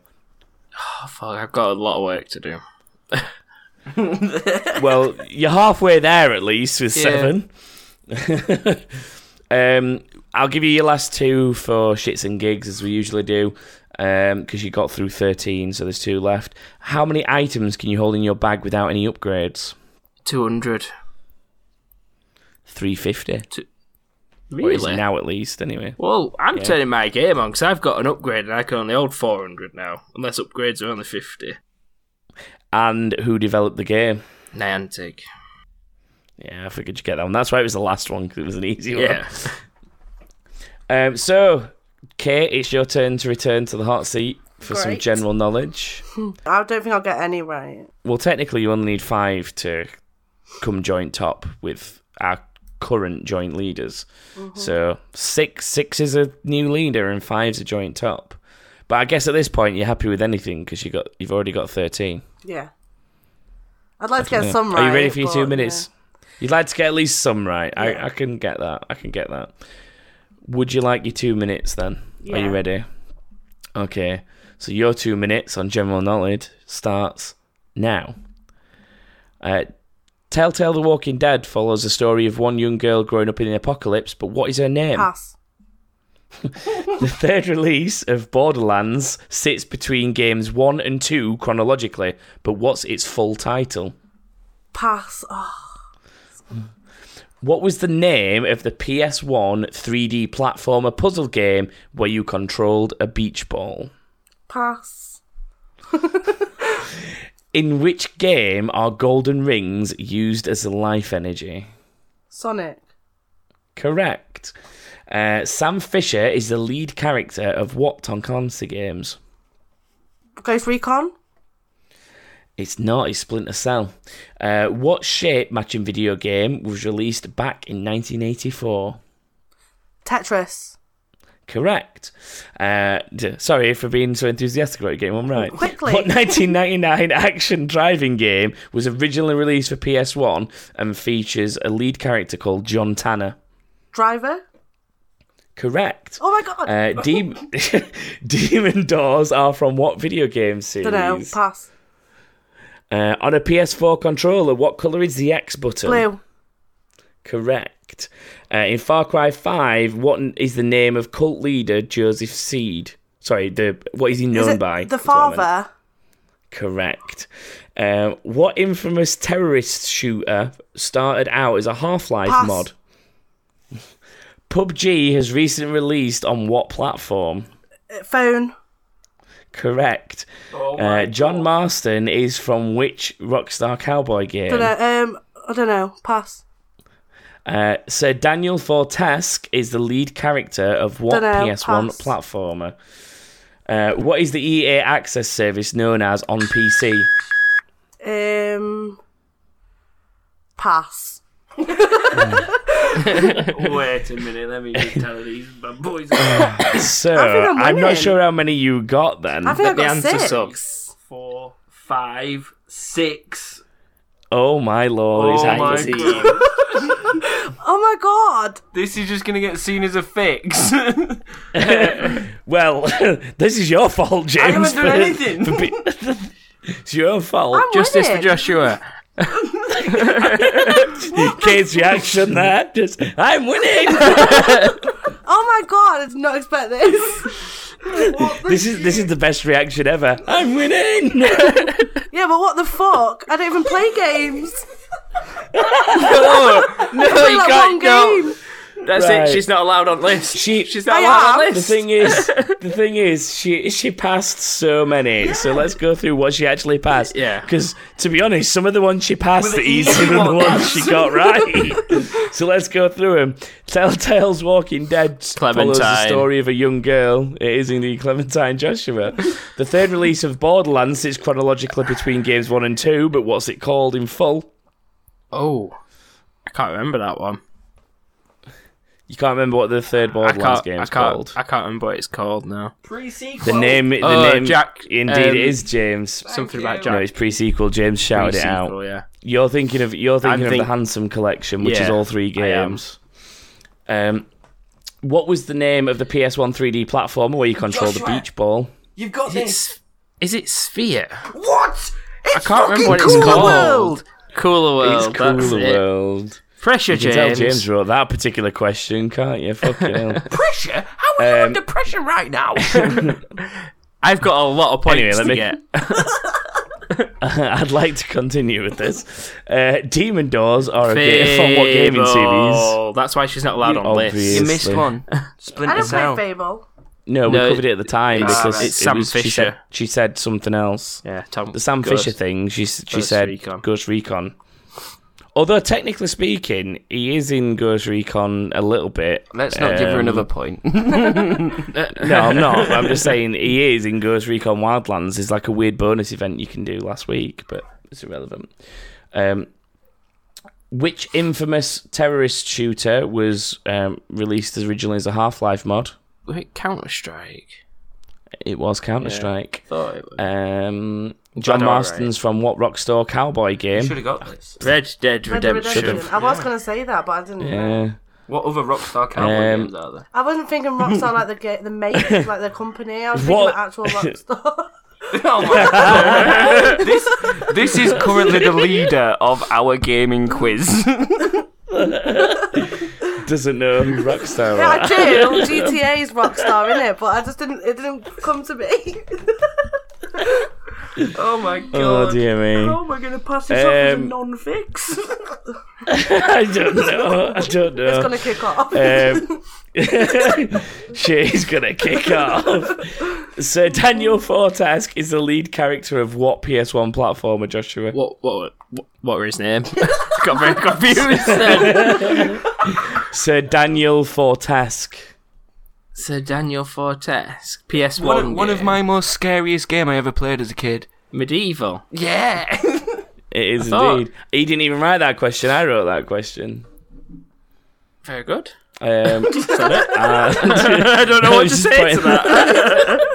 Speaker 2: oh, fuck, I've got a lot of work to do.
Speaker 1: Well, you're halfway there at least with seven. um, I'll give you your last two for shits and gigs as we usually do, because you got through thirteen, so there's two left. How many items can you hold in your bag without any upgrades?
Speaker 2: Two hundred.
Speaker 1: Three fifty. Or is it
Speaker 2: Really?
Speaker 1: now at least, anyway.
Speaker 2: Well, I'm turning my game on because I've got an upgrade and I can only hold 400 now, unless upgrades are only 50.
Speaker 1: And who developed the game?
Speaker 2: Niantic.
Speaker 1: Yeah, I figured you get that one. That's why it was the last one because it was an easy one.
Speaker 2: Yeah.
Speaker 1: Um, so, Kate, it's your turn to return to the hot seat for some
Speaker 4: Great.
Speaker 1: general knowledge.
Speaker 4: I don't think I'll get any right.
Speaker 1: Well, technically, you only need five to come joint top with our current joint leaders. So six, six is a new leader, and five's a joint top. But I guess at this point, you're happy with anything because you got you've already got thirteen.
Speaker 4: Yeah. I'd like to get
Speaker 1: Yeah.
Speaker 4: some right.
Speaker 1: Are you ready for your two
Speaker 4: but,
Speaker 1: minutes? You'd like to get at least some right. I, I can get that. I can get that. Would you like your two minutes then? Are you
Speaker 4: Yeah.
Speaker 1: ready? Okay. So your two minutes on general knowledge starts now. Uh, Telltale The Walking Dead follows the story of one young girl growing up in an apocalypse, but what is her name?
Speaker 4: yeah. Pass.
Speaker 1: The third release of Borderlands sits between games 1 and 2 chronologically, but what's its full title?
Speaker 4: Pass. Oh,
Speaker 1: What was the name of the PS1 3D platformer puzzle game where you controlled a beach ball?
Speaker 4: pass.
Speaker 1: In which game are golden rings used as life energy?
Speaker 4: Sonic.
Speaker 1: Correct. Uh, Sam Fisher is the lead character of what Tonkalansi games?
Speaker 4: Ghost Recon?
Speaker 1: It's not. It's Splinter Cell. Uh, what shape matching video game was released back in 1984?
Speaker 4: Tetris.
Speaker 1: Correct. Uh, d- sorry for being so enthusiastic about getting one right.
Speaker 4: Quickly.
Speaker 1: What 1999 action driving game was originally released for PS1 and features a lead character called John Tanner?
Speaker 4: Driver?
Speaker 1: Correct.
Speaker 4: Oh my god.
Speaker 1: Uh, Dem- Demon Doors are from what video game series?
Speaker 4: Dunno, pass.
Speaker 1: Uh, on a PS4 controller, what colour is the X button?
Speaker 4: Blue.
Speaker 1: Correct. Uh, in Far Cry 5, what n- is the name of cult leader Joseph Seed? Sorry, the what is he known
Speaker 4: Is it
Speaker 1: by?
Speaker 4: the
Speaker 1: That's what I meant.
Speaker 4: father?
Speaker 1: Correct. Um, what infamous terrorist shooter started out as a Half Life
Speaker 4: Pass.
Speaker 1: mod? PUBG has recently released on what platform?
Speaker 4: Phone.
Speaker 1: Correct. uh, John Marston is from which Rockstar Cowboy game?
Speaker 4: Dunno, um, I don't know. Pass.
Speaker 1: Uh, Sir Daniel Fortesque is the lead character of what
Speaker 4: Dunno,
Speaker 1: PS1
Speaker 4: pass.
Speaker 1: platformer? Uh, what is the EA access service known as on PC?
Speaker 4: Um, pass.
Speaker 3: Wait a minute, let me just tell these bad boys.
Speaker 1: So
Speaker 4: think I'm
Speaker 1: I'm,
Speaker 4: winning.
Speaker 1: not sure how many you got then.
Speaker 4: I think I
Speaker 2: the
Speaker 4: got
Speaker 2: answer
Speaker 4: six.
Speaker 2: sucks.
Speaker 3: Four, five, six.
Speaker 1: Oh my lord! it's
Speaker 2: Oh
Speaker 1: high
Speaker 2: my
Speaker 1: as he-
Speaker 2: god.
Speaker 4: Oh my god.
Speaker 2: this is just gonna get seen as a fix.
Speaker 1: Well, this is your fault, James.
Speaker 2: haven't done
Speaker 1: for-
Speaker 2: anything.
Speaker 1: for be- it's your fault.
Speaker 4: I'm
Speaker 2: Justice for
Speaker 4: winning.
Speaker 2: Joshua.
Speaker 1: Kate's reaction there. Just I'm winning.
Speaker 4: Oh my god, I did not expect this.
Speaker 1: this is this is the best reaction ever. I'm winning.
Speaker 4: yeah, but what the fuck? I don't even play games.
Speaker 2: No, no,
Speaker 4: I play
Speaker 2: you
Speaker 4: like
Speaker 2: can't.
Speaker 4: one
Speaker 2: No,
Speaker 4: game.
Speaker 2: that's
Speaker 1: Right.
Speaker 2: it. She's not allowed on list.
Speaker 1: She-
Speaker 2: she's not
Speaker 4: I
Speaker 2: allowed
Speaker 4: am.
Speaker 2: on
Speaker 1: the
Speaker 2: list.
Speaker 1: thing is, the thing is, she she passed so many. So let's go through what she actually passed.
Speaker 2: Yeah.
Speaker 1: Because to be honest, some of the ones she passed are
Speaker 2: the
Speaker 1: easier
Speaker 2: easy
Speaker 1: than the ones
Speaker 2: ones.
Speaker 1: she got right. so let's go through them. Telltale's Walking Dead follows the
Speaker 2: Clementine.
Speaker 1: story of a young girl. It is indeed Clementine Joshua. The third release of Borderlands sits chronologically between games one and two, but what's it called in full?
Speaker 2: Oh, I can't remember that one.
Speaker 1: You can't remember what the third
Speaker 2: I
Speaker 1: Borderlands
Speaker 2: can't.
Speaker 1: game
Speaker 2: I
Speaker 1: is
Speaker 2: can't.
Speaker 1: called.
Speaker 2: I can't remember what it's called now.
Speaker 1: The name, the
Speaker 2: Oh,
Speaker 1: name,
Speaker 2: Jack,
Speaker 1: Indeed,
Speaker 2: um,
Speaker 1: it is James.
Speaker 2: Something about
Speaker 1: No,
Speaker 2: Jack.
Speaker 1: it's pre-sequel. James shouted it out.
Speaker 2: Sequel, Yeah.
Speaker 1: You're thinking of you're thinking of
Speaker 2: think-
Speaker 1: the Handsome Collection, which is
Speaker 2: Yeah,
Speaker 1: all three
Speaker 2: I am.
Speaker 1: games. Um, what was the name of the PS1 3D platformer where you control the beach ball?
Speaker 3: You've got
Speaker 2: It's, is it Sphere?
Speaker 3: What?
Speaker 2: I can't remember what it's
Speaker 4: Cooler
Speaker 2: called.
Speaker 4: World.
Speaker 2: Cooler
Speaker 1: It's
Speaker 2: World. Oh, that's
Speaker 1: Cooler
Speaker 2: it.
Speaker 1: World.
Speaker 2: Pressure,
Speaker 1: You can
Speaker 2: James.
Speaker 1: tell James wrote that particular question, can't you? Fucking hell.
Speaker 2: Pressure? How are you
Speaker 1: Um,
Speaker 2: under pressure right now? I've got a lot of points
Speaker 1: Anyway, let
Speaker 2: to
Speaker 1: me-
Speaker 2: get.
Speaker 1: I'd like to continue with this. Uh, Demon Doors are a game from what gaming series?
Speaker 2: Fable. oh, That's why she's not allowed on
Speaker 1: Obvious.
Speaker 5: You
Speaker 2: list.
Speaker 5: missed
Speaker 1: Seriously.
Speaker 5: one.
Speaker 4: I
Speaker 5: Splinter
Speaker 4: don't play
Speaker 5: Cell.
Speaker 4: Fable.
Speaker 1: No, we
Speaker 2: No,
Speaker 1: covered it at the time
Speaker 2: it's-
Speaker 1: because
Speaker 2: it's
Speaker 1: it
Speaker 2: Sam
Speaker 1: was- She said,
Speaker 2: Fisher.
Speaker 1: she said something else.
Speaker 2: Yeah, Tom.
Speaker 1: the Sam
Speaker 2: Ghost.
Speaker 1: Fisher thing. She s- she
Speaker 2: Ghost
Speaker 1: said
Speaker 2: Recon.
Speaker 1: Ghost Recon. Although technically speaking, he is in Ghost Recon a little bit.
Speaker 5: Let's not give her
Speaker 1: Um,
Speaker 5: another point.
Speaker 1: No, I'm not. I'm just saying he is in Ghost Recon Wildlands. It's like a weird bonus event you can do last week, but it's irrelevant. Um, which infamous terrorist shooter was um, released as originally as a Half Life mod?
Speaker 2: Wait, Counter Strike.
Speaker 1: It was Counter Strike.
Speaker 2: Thought it was.
Speaker 1: Um, John
Speaker 2: Bad, alright.
Speaker 1: Marston's from what Rockstar Cowboy game?
Speaker 5: have got this.
Speaker 2: Red Dead
Speaker 4: Red Dead
Speaker 2: Redemption.
Speaker 4: Redemption. I was going to say that, but I didn't.
Speaker 1: Yeah.
Speaker 5: What other Rockstar Cowboy
Speaker 1: Um,
Speaker 5: games are there?
Speaker 4: I wasn't thinking Rockstar like the ga- the mate, like the company. I was thinking
Speaker 1: What?
Speaker 4: like actual Rockstar.
Speaker 5: Oh my God. this, this is currently the leader of our gaming quiz.
Speaker 1: Doesn't know who Rockstar
Speaker 4: yeah,
Speaker 1: are.
Speaker 4: I do. GTA's Rockstar in it, but I just didn't. It didn't come to me.
Speaker 5: oh my god.
Speaker 1: Oh dear me!
Speaker 3: am I going to pass this off as a
Speaker 1: Um,
Speaker 3: non-fix?
Speaker 1: I don't know. I don't know.
Speaker 4: It's going to kick off.
Speaker 1: Um, she's gonna kick off. So Daniel Fortask is the lead character of what PS1 platformer, Joshua?
Speaker 2: What, what, what, what were his name? Got very confused. then.
Speaker 1: Sir Daniel Fortesque.
Speaker 2: Sir Daniel Fortesque, PS1.
Speaker 5: One, of- one of
Speaker 2: game.
Speaker 5: my most scariest game I ever played as a kid.
Speaker 2: medieval.
Speaker 5: Yeah.
Speaker 1: It is
Speaker 2: thought-
Speaker 1: indeed. He didn't even write that question. I wrote that question.
Speaker 2: Very good.
Speaker 1: Um, uh,
Speaker 2: I don't
Speaker 1: I
Speaker 2: know what
Speaker 1: was just
Speaker 2: to say to
Speaker 1: pointing-
Speaker 2: that.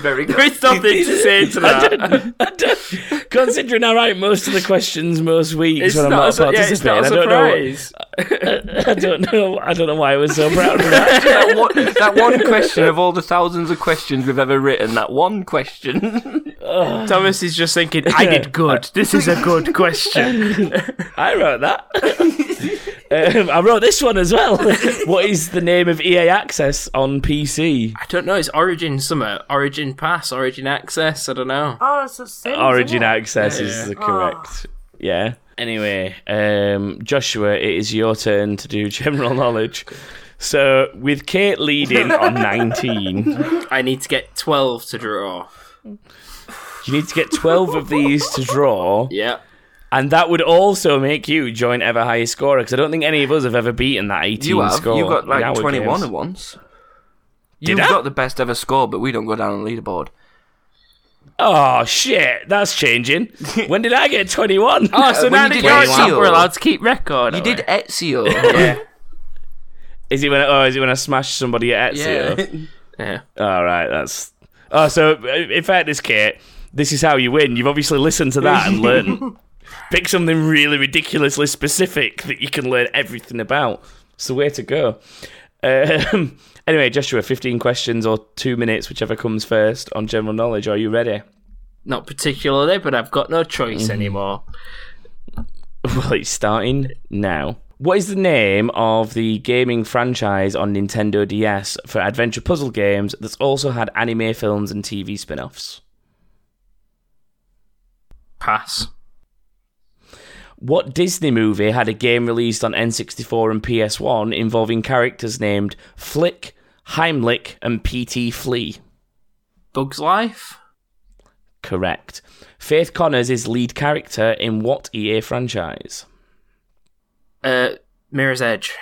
Speaker 5: Very good.
Speaker 2: There's nothing to say to that.
Speaker 1: considering I write most of the questions most weeks
Speaker 2: It's
Speaker 1: when I'm
Speaker 2: not, a,
Speaker 1: not
Speaker 2: su- yeah, it's not
Speaker 1: participating,
Speaker 2: a
Speaker 1: I don't know.
Speaker 2: surprise.
Speaker 1: I don't know. I don't know why I was so proud of that.
Speaker 5: that, one, that one question of all the thousands of questions we've ever written, that one question.
Speaker 2: Thomas is just thinking, I did good. This is a good question.
Speaker 1: I wrote that. um, I wrote this one as well. what is the name of EA Access on PC?
Speaker 2: I don't know. It's Origin Summer, Origin Pass, Origin Access. I don't know.
Speaker 4: Oh, it's the same. isn't
Speaker 1: Origin
Speaker 4: it?
Speaker 1: Access is the correct.
Speaker 5: Ah.
Speaker 1: Yeah. Anyway, um, Joshua, it is your turn to do general knowledge. So, with Kate leading on 19,
Speaker 2: I need to get 12 to draw.
Speaker 1: you need to get 12 of these to draw,
Speaker 2: Yeah.
Speaker 1: and that would also make you joint ever highest scorer, because I don't think any of us have ever beaten that 18
Speaker 5: You have.
Speaker 1: score.
Speaker 5: You got
Speaker 1: in our
Speaker 5: like 21
Speaker 1: games.
Speaker 5: at once. You've
Speaker 1: I?
Speaker 5: got the best ever score, but we don't go down on the leaderboard.
Speaker 1: Oh, shit, that's changing. when did I get 21?
Speaker 2: Oh, so
Speaker 5: Uh, when
Speaker 2: now
Speaker 5: you
Speaker 2: that
Speaker 5: did
Speaker 2: you're
Speaker 5: 21.
Speaker 2: top, we're allowed to keep record.
Speaker 5: You
Speaker 2: are
Speaker 5: did
Speaker 2: we?
Speaker 5: Ezio.
Speaker 1: Is it when? I, oh, is it when I smashed somebody at Ezio?
Speaker 2: Yeah.
Speaker 1: All right, that's. Oh, so uh, in fairness, Kate, this is how you win. You've obviously listened to that and learned. Pick something really ridiculously specific that you can learn everything about. It's the way to go. Um, anyway, Joshua, fifteen questions or two minutes, whichever comes first on general knowledge. Are you ready?
Speaker 2: Not particularly, but I've got no choice
Speaker 1: Mm-hmm.
Speaker 2: anymore.
Speaker 1: Well, it's starting now. What is the name of the gaming franchise on Nintendo DS for adventure puzzle games that's also had anime films and TV spin offs?
Speaker 2: Pass.
Speaker 1: What Disney movie had a game released on N64 and PS1 involving characters named Flick, Heimlich, and PT Flea?
Speaker 2: Bugs Life?
Speaker 1: Correct. Faith Connors is lead character in what EA franchise?
Speaker 2: Uh, Mirror's Edge.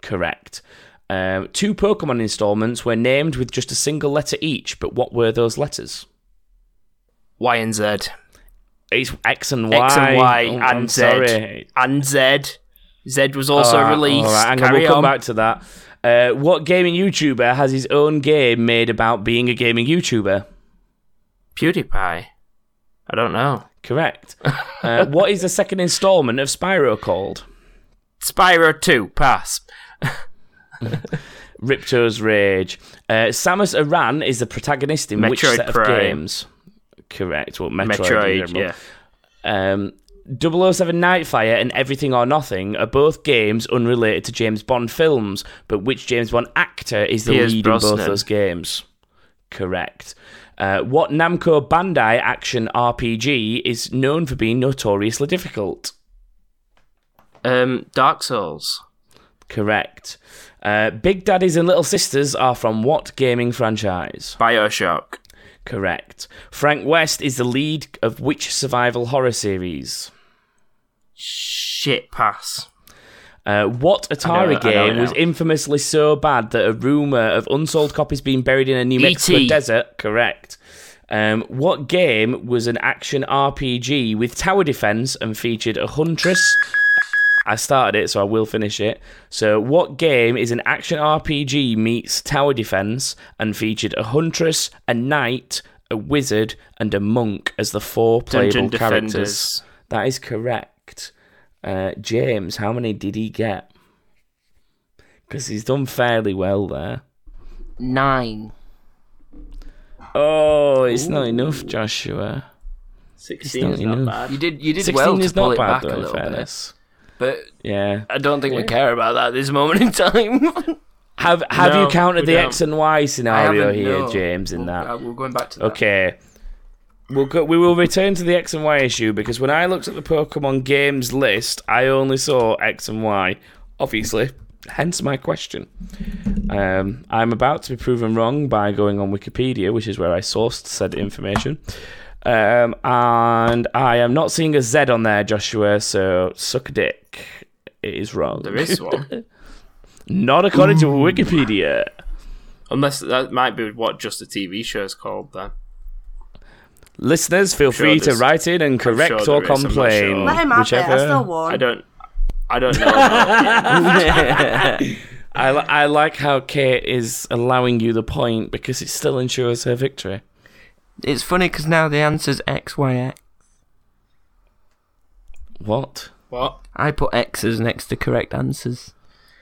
Speaker 1: Correct. Um, two Pokemon installments were named with just a single letter each, but what were those letters?
Speaker 2: Y and Z.
Speaker 1: It's X and Y.
Speaker 2: X and Y
Speaker 1: Oh,
Speaker 2: and
Speaker 1: I'm
Speaker 2: Z.
Speaker 1: sorry.
Speaker 2: And Z. Z was also
Speaker 1: All right,
Speaker 2: released.
Speaker 1: all right, hang on,
Speaker 2: Carry
Speaker 1: we'll come
Speaker 2: on.
Speaker 1: back to that. Uh, what gaming YouTuber has his own game made about being a gaming YouTuber?
Speaker 2: PewDiePie. I don't know.
Speaker 1: Correct. Uh, what is the second installment of Spyro called?
Speaker 2: Spyro 2. Pass.
Speaker 1: Ripto's Rage. Uh, Samus Aran is the protagonist in which
Speaker 2: Metroid
Speaker 1: set of
Speaker 2: Prime.
Speaker 1: games? Correct. Well, Metroid. in
Speaker 2: Metroid.
Speaker 1: general.
Speaker 2: Yeah.
Speaker 1: Um, 007 Nightfire and Everything or Nothing are both games unrelated to James Bond films, but which James Bond actor is the
Speaker 2: Pierce
Speaker 1: lead in both
Speaker 2: Brosnan.
Speaker 1: those games? Correct. Uh, what Namco Bandai action RPG is known for being notoriously difficult?
Speaker 2: Um, Dark Souls.
Speaker 1: Correct. Uh, Big Daddies and Little Sisters are from what gaming franchise?
Speaker 2: Bioshock.
Speaker 1: Correct. Frank West is the lead of which survival horror series?
Speaker 2: Shit. Pass.
Speaker 1: Uh, what Atari
Speaker 2: I know- I know
Speaker 1: game was
Speaker 2: now.
Speaker 1: infamously so bad that a rumor of unsold copies being buried in a
Speaker 2: E
Speaker 1: New Mexico
Speaker 2: E.T..
Speaker 1: desert? Correct. Um, what game was an action RPG with tower defense and featured a huntress? I started it, so I will finish it. So, what game is an action RPG meets tower defense and featured a huntress, a knight, a wizard, and a monk as the four playable
Speaker 2: Dungeon
Speaker 1: characters?
Speaker 2: Defenders.
Speaker 1: That is correct. Uh, James, how many did he get? Because he's done fairly well there.
Speaker 5: Nine.
Speaker 1: Oh, it's not enough, Joshua.
Speaker 3: 16
Speaker 1: not
Speaker 3: is not
Speaker 1: enough.
Speaker 3: bad.
Speaker 5: You did. You did
Speaker 1: 16
Speaker 5: well to
Speaker 1: is
Speaker 5: pull
Speaker 1: not
Speaker 5: it
Speaker 1: bad,
Speaker 5: back
Speaker 1: though,
Speaker 5: a
Speaker 1: in
Speaker 5: little bit.
Speaker 1: fairness.
Speaker 5: But
Speaker 1: Yeah.
Speaker 5: I don't think we care about that at this moment in time.
Speaker 1: Have Have you
Speaker 2: No,
Speaker 1: counted
Speaker 2: we
Speaker 1: the
Speaker 2: don't.
Speaker 1: X and Y scenario here,
Speaker 5: no.
Speaker 1: James, in
Speaker 5: We'll-
Speaker 1: that?
Speaker 5: uh, we're going back to that.
Speaker 1: Okay. We'll go, we will return to the X and Y issue because when I looked at the Pokemon games list, I only saw X and Y, obviously. Hence my question. Um, I'm about to be proven wrong by going on Wikipedia, which is where I sourced said information. Um, and I am not seeing a Z on there, Joshua, so suck a dick. It is wrong.
Speaker 2: There is one.
Speaker 1: Not according to Wikipedia.
Speaker 2: Unless that might be what just the TV show is called then.
Speaker 1: Listeners, feel
Speaker 2: sure
Speaker 1: free to
Speaker 2: there's-
Speaker 1: write in and correct
Speaker 2: sure
Speaker 1: or
Speaker 2: there is, I'm not
Speaker 1: complain.
Speaker 2: sure.
Speaker 4: Let him have it. I still won.
Speaker 2: I don't. I don't know.
Speaker 1: I, li- I like how Kate is allowing you the point because it still ensures her victory.
Speaker 5: It's funny because now the answer's X, Y, X.
Speaker 1: What?
Speaker 2: what?
Speaker 5: I put X's next to correct answers.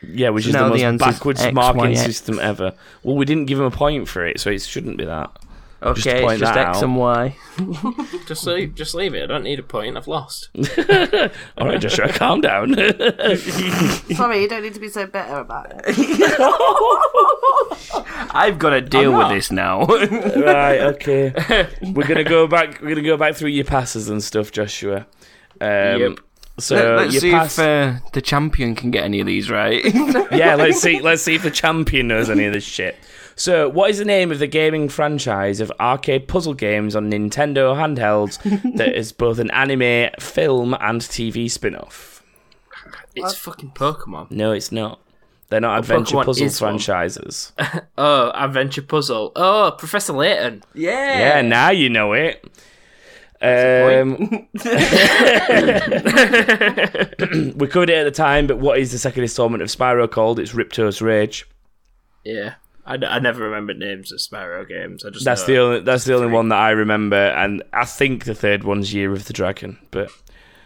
Speaker 1: Yeah, which is
Speaker 5: Now
Speaker 1: the
Speaker 5: the
Speaker 1: most
Speaker 5: answer's
Speaker 1: backwards
Speaker 5: X,
Speaker 1: marking
Speaker 5: Y, X.
Speaker 1: system ever. Well, we didn't give him a point for it, so it shouldn't be that. Just to
Speaker 5: Okay,
Speaker 1: point
Speaker 5: it's just
Speaker 1: that
Speaker 5: X
Speaker 1: out.
Speaker 5: and Y.
Speaker 2: Just leave. Just leave it. I don't need a point. I've lost.
Speaker 1: All right, Joshua, calm down.
Speaker 4: Sorry, you don't need to be so bitter about it.
Speaker 5: I've got to deal with this now.
Speaker 1: Uh, right, okay. We're gonna go back. We're gonna go back through your passes and stuff, Joshua. Um,
Speaker 2: Yep.
Speaker 1: So
Speaker 5: Let, us
Speaker 1: your
Speaker 5: see
Speaker 1: pass-
Speaker 5: if uh, the champion can get any of these right.
Speaker 1: yeah, let's see. Let's see if the champion knows any of this shit. So, what is the name of the gaming franchise of arcade puzzle games on Nintendo handhelds that is both an anime, film, and TV spin-off?
Speaker 2: It's fucking Pokemon.
Speaker 1: No, it's not. They're not adventure
Speaker 2: Pokemon
Speaker 1: puzzle
Speaker 2: is one.
Speaker 1: franchises.
Speaker 2: Oh, Adventure Puzzle. Oh, Professor Layton.
Speaker 1: yeah, now you know it. Um, we covered it at the time, but what is the second installment of Spyro called? It's Ripto's Rage.
Speaker 2: Yeah. I, I never remember names of Spyro games. I just
Speaker 1: That's the only. That's the only one that I remember, and I think the third one's Year of the Dragon. But